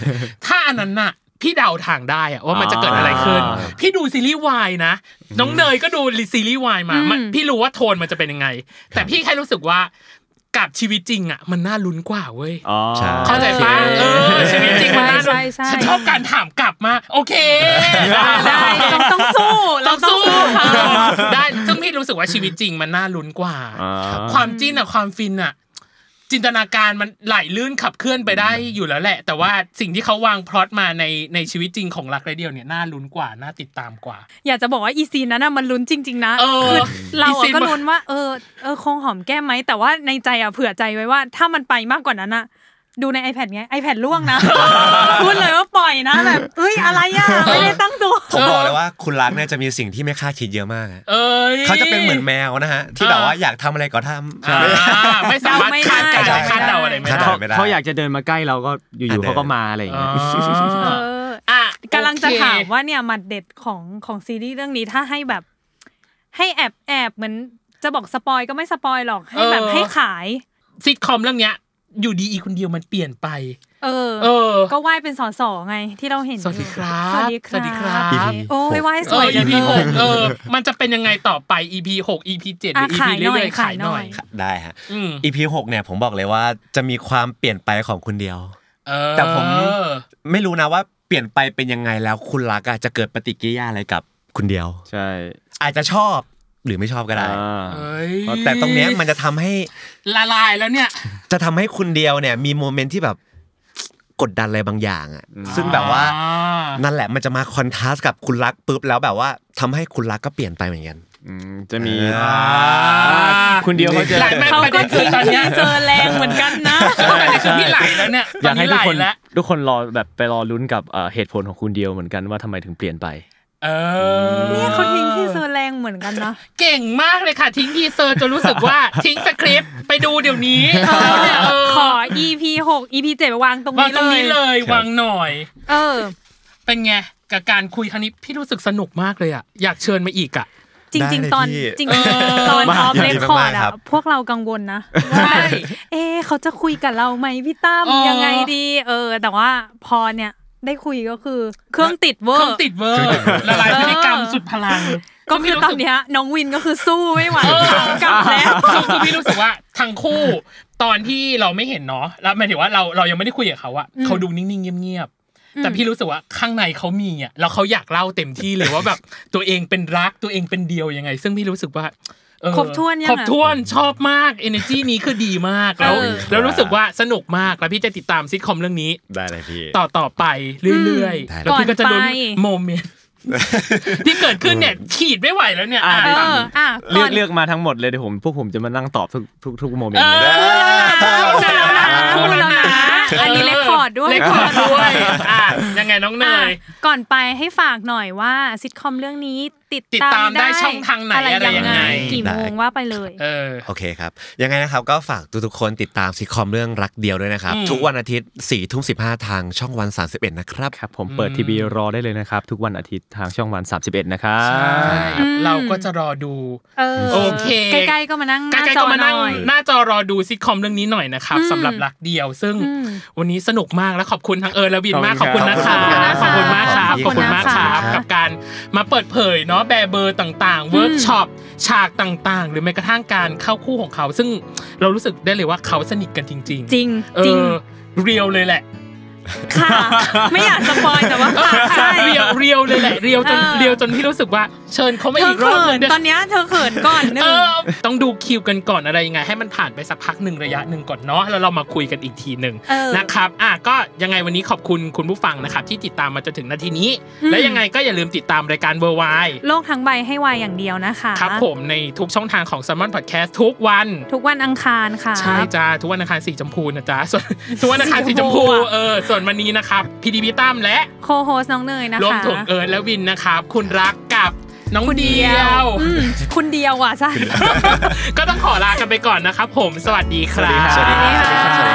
B: ถ้าอันนั้นน่ะ พี่เดาทางได้อะว่ามันจะเกิดอะไรขึ้น
D: อ่า
B: พี่ดูซีรีส์วายนะ น้องเนยก็ดูซีรีส์วายมามัน
A: อืม
B: พี่รู้ว่าโทนมันจะเป็นยังไง แต่พี่แค่รู้สึกว่ากับชีวิตจริงอ่ะมันน่าลุ้นกว่าเว้ย
D: อ๋อ
C: ใช่
B: เข้าใจปะเออชีวิตจริงมันน่าลุ้น
A: ใช่ใช่ใช่
B: ฉันชอบการถามกลับมากโอเค
A: ได้ต้องต้องสู้เรา
B: ต้องสู้
A: ค่ะ
B: ได้ซึ่งพี่รู้สึกว่าชีวิตจริงมันน่าลุ้นกว่า
D: อ่า
B: ความจิ้นอะความฟินอะ จินตนาการมันไหลลื่นขับเคลื่อนไปได้อยู่แล้วแหละ แต่ว่าสิ่งที่เขาวางพล็อตมาในในชีวิตจริงของรักไรเดียวเนี่ยน่าลุ้นกว่าน่าติดตามกว่า
A: อยากจะบอกว่าอีซีนนั้นน่ะมันลุ้นจริง ๆ นะ
B: เออ
A: คือเรา
B: อีซี
A: อะก็
B: นมัน
A: ลุ้นว่า เออเออคงหอมแก้มไหมแต่ว่าในใจอะเผื่อใจไว้ว่า ถ้ามันไปมากกว่านั้นอะดูใน iPad ไง iPad ล่วงนะ พูดเลยว่าปล่อยนะแบบเอ้ยอะไรอะไม่ได้ตั้งตัว
C: ผมบอกเลยว่าคุณรักเนี่ยจะมีสิ่งที่ไม่คาดคิดเยอะมากอะ
B: เอ้ย
C: เขาจะเป็นเหมือนแมวนะฮะ ที่แบบว่าอยากทำอะไรก็ทำ
B: อ่าไม่สามารถคาดการณ์และ
C: เดาไม่ได้
B: คาดเดาอะไรไม่
C: คาด
B: ได้
C: เดา ม่
D: เขาอยากจะเดินมาใกล้เราก็อ
C: อ่ะ
D: ยู่
C: เดิ
D: ๆ
C: น
D: เขาก็มาอะไรอย่าง
B: อ๋อ
D: เงี้ย
A: เออ
B: อ่ะ
A: กำลังจะ
B: โอเค
A: ถามว่าเนี่ยหมัดเด็ดของของซีรีส์เรื่องนี้ถ้าให้แบบ ให้แอบแอบเหมือนจะบอกสปอยก็ไม่สปอยหรอกให้แบบ
B: เออ
A: ให้ขาย
B: ซิทคอมเรื่องเนี้ย อยู่ดีอีคนเดียวมันเปลี่ยนไป
A: เออ
B: เออ
A: ก็ไหว้เป็นสอสอไงที่เราเห็น
B: สวัสดีครับ
A: สวัสดีครับ
C: EP
A: โอ้ยไหว้ส
B: เอ
A: วย
B: อ
A: จัง
B: EP
A: เล
B: ห
A: ย
B: กเออ มันจะเป็นยังไงต่อไป EP หก EP เจ็ดหรือ
A: อ่ะ
B: EP
A: ขายหน่อย
B: เรื่อยๆ ขายหน่อย
A: ขายหน่อย
C: ได้ฮะ
B: อืม
C: EP หกเนี่ยผมบอกเลยว่าจะมีความเปลี่ยนไปของคุณเดียว
B: เออ
C: แต่ผม ไม่รู้นะว่าเปลี่ยนไปเป็นยังไงแล้วคุณรักอะจะเกิดปฏิกิริยาอะไรกับคุณเดียว
D: ใช่
C: อาจจะชอบหรือไม่ชอบก็ได้
D: อ่า
B: เอ้ย
C: แต่ตรงเนี้ยมันจะทำให้
B: ละลายแล้วเนี่ย
C: จะทำให้คุณเดียวเนี่ย มีโมเมนต์ที่แบบกดดันอะไรบางอย่างอะซึ่งแบบว่า นั่นแหละมันจะมาคอนทราสต์กับคุณรักปุ๊บแล้วแบบว่าทำให้คุณรักก็เปลี่ยนไปเหมือนกัน
D: อืมจะมี
C: อ่า
D: คุณเดียวเขาจะ
B: หลายแม่
A: เขาก็ทิ้ง
B: ตอนเนี้
A: ที
B: ย
A: เซอร์แรงเหมือนกันนะ
B: แต่นี่คือพี่ไหลแล้วเนี่ย
D: อยากให้ทุกคน
B: ตอไลแล้ว
D: ทุกคนรอแบบไปรอลุ้นกับเอ่อเหตุผลของคุณเดียวเหมือนกันว่าทำไมถึงเปลี่ยนไป
B: เออ
A: เนี่ยเขาทิ้งทีเซอร์แรงเหมือนกันนะ
B: เก่งมากเลยค่ะ ทิ้งทีเซอร์จนรู้สึกว่า ทิ้งสคริปต์ไปดูเดี๋ยวนี้
A: เอ
B: เขาเนี่ยเอ
A: อ
B: อ
A: ขอ EP หก EP เจ็ดวางตรง
B: วาง
A: นี้เล
B: ตรงนี้เลย ยวางหน่อย
A: เออ
B: เป็นไงกับการคุยครั้งนี้พี่รู้สึกสนุกมากเลยอ่ะอยากเชิญมาอีกอ่ะ
A: จริง
C: ได้
A: ๆ ตอน
C: พี่
A: จริงๆตอน
C: มาก
A: ออฟ
C: ยิน
A: เร
C: ดี
A: คคอร์ด
C: มากๆครั
A: อะ
C: บ
A: พวกเรากังวล นะว่า
B: ใช่
A: เอ๊ะเขาจะคุยกับเราไหมพี่ตั้ม
B: เออ
A: ยังไงดี เออ แต่ว่าพอเนี่ยได้คุยก็คือเครื่องติดเวอ
B: เครื่อง
A: ร์
B: ติดเวอร์ละลายพฤติกรรมสุดพลัง
A: ก็คือตอนเนี้ยน้องวินก็คือสู้ไม่ไหว
B: เออก
A: ลับแล้ว
B: คือคือพี่รู้สึกว่าทั้งคู่ ตอนที่เราไม่เห็นเนาะแล้วหมายถึงว่าเราเรายังไม่ได้คุยกับเขาอ่ะเขาดูนิ่งๆเงียบๆแต่พี่รู้สึกว่าข้างในเขามีอ่ะแล้วเขาอยากเล่าเต็มที่เลยว่าแบบตัวเองเป็นรักตัวเองเป็นเดียวยังไง ซึ่งพี่รู้สึกว่าเออ
A: ครบถ้วนยังอะ
B: ครบถ้วนชอบมาก energy นี้คือดีมากแล้ว
C: เออ
B: แล้วรู้สึกว่าสนุกมากแล้วพี่จะติดตามซิทคอมเรื่องนี้
C: ได้เลยพี่
B: ต่อต่อไปเรื่อย
C: ได้
B: ๆ แล้วพี่
A: ก่อน
B: ก็จะลุ้น
A: ไป
B: โมเมนต์ ที่เกิดขึ้นเนี่ยขีดไม่ไหวแล้วเนี่ย
D: อ่า
A: เอ
B: อ่าน
A: ออ่ะ
D: เลื
A: ก่
D: อ
A: อก น
D: เลือกมาทั้งหมดเลยเดี๋ยวผมพวกผมจะมานั่งตอบทุกทุกทุกโมเมน
B: เอ
D: ต์เลย
B: อพูดแล้วนะ
A: พูดแล้วนะอันนี้เรคคอร์ดด้วย
B: เรคคอร์ดด้วยอ่ะยังไงน้องเน
A: อ่ะ
B: ย
A: ก่อนไปให้ฝากหน่อยว่าซิทคอมเรื่องนี้ติด
B: ติดตามได้ช่องทางไหนอะไรยังไง
A: กี่โมงว่าไปเลย
B: เออ
C: โอเคครับ ยังไงนะครับก็ฝากทุกๆคนติดตามซีคอมเรื่องรักเดียวด้วยนะครับ
B: อืม
C: ทุกวันอาทิตย์4ี่ทุ่มสิทางช่องวัน 31 นะครับ
D: ครับผมเปิดทีวีรอได้เลยนะครับ ทุกวันอาทิตย์ทางช่องวัน 31 นะครั
B: ใช่
D: บ
B: เราก็จะรอดู
A: เออ
B: โอเค
A: ใกล้ๆก็มานั่งห
B: ใก
A: น้า
B: ล้
A: จ
B: ๆ
A: อ
B: ก็มา
A: ห
B: นั่ง
A: น่อย
B: หน้าจอรอดูซิทคอมเรื่องนี้หน่อยนะครับ
A: อืม
B: สำหรับรักเดียว ซึ่ง
A: อืม
B: วันนี้สนุกมากและขอบคุณทั้งเอิร์นและวินมากข
D: ข
B: อ
D: อ
B: บบ
D: คุ
B: คุณ
D: ณ
B: นะ
D: ครั
B: คะ
D: บ
B: ขอบคุณมากครั
A: ขอ
B: บขอบบ
A: คุ
B: คุณ
A: ณ
B: มากค
A: ครั
B: รับบ กับการมาเปิดเผยเนาะแบร์เบอร์ต่างๆเวิร์กช็อปฉากต่างๆ หรือแม้กระทั่งการเข้าคู่ของเขา ซึ่งเรารู้สึกได้เลยว่าเขาสนิทกันจริงๆ
A: จริง
B: เอ
A: จริง
B: อเรียวเลยแหละ
A: ค่ะ ไม่อยากสปอยแต่ว่าค่ะใช่
B: เรียวเรียวเลยแหละเรียวจน
A: เออ
B: เรียวจนพี่รู้สึกว่าเชิญเขามา
A: เธอ
B: อี
A: ก
B: รอ
A: เขิ
B: บ
A: น
B: หงด้ว
A: ต
B: ย
A: อนเนี้ยเธอเขินก่อนหนึ่
B: เอง อต้องดูคิวกันก่อนอะไรยังไง ให้มันผ่านไปสักพักหนึ่งระยะหนึ่งก่อนเนาะแล้วเรามาคุยกันอีกทีหนึ่ง
A: เออ
B: นะครับอ่ะก็ยังไงวันนี้ขอบคุณคุณผู้ฟังนะครับ ที่ติดตามมาจนถึงนาทีนี้
A: อืม
B: และยังไงก็อย่าลืมติดตามรายการเวอร์ไว
A: โลกทั้งใบให้วายอย่างเดียวนะคะ
B: ครับผมในทุกช่องทางของ s ซ m มอนพอดแคสต์ทุกวัน
A: ทุกวันอังคารค่ะ
B: ใช่จ้าทุกวันอังคารสีชมพูนะ จ๊ะส่วนทุกวันอังคารสีชมพู
A: สีชมพูอะ
B: เออส่วนวันนี้นะครับพีดีพิตั้มและ
A: โคโฮสน้องเนยนะคะ
B: รวมถึงเอิร์ธและวินนะครับคุณรักกับน้อง
A: คุณ
B: เดี
A: เดี
B: ย
A: ยว วอืมคุณเดียวอ่ะใช่
B: ก็ต้องขอลากันไปก่อนนะครับผม สวัสดีครับ
D: สวัสดีครับ
A: สวัสดีค่ะ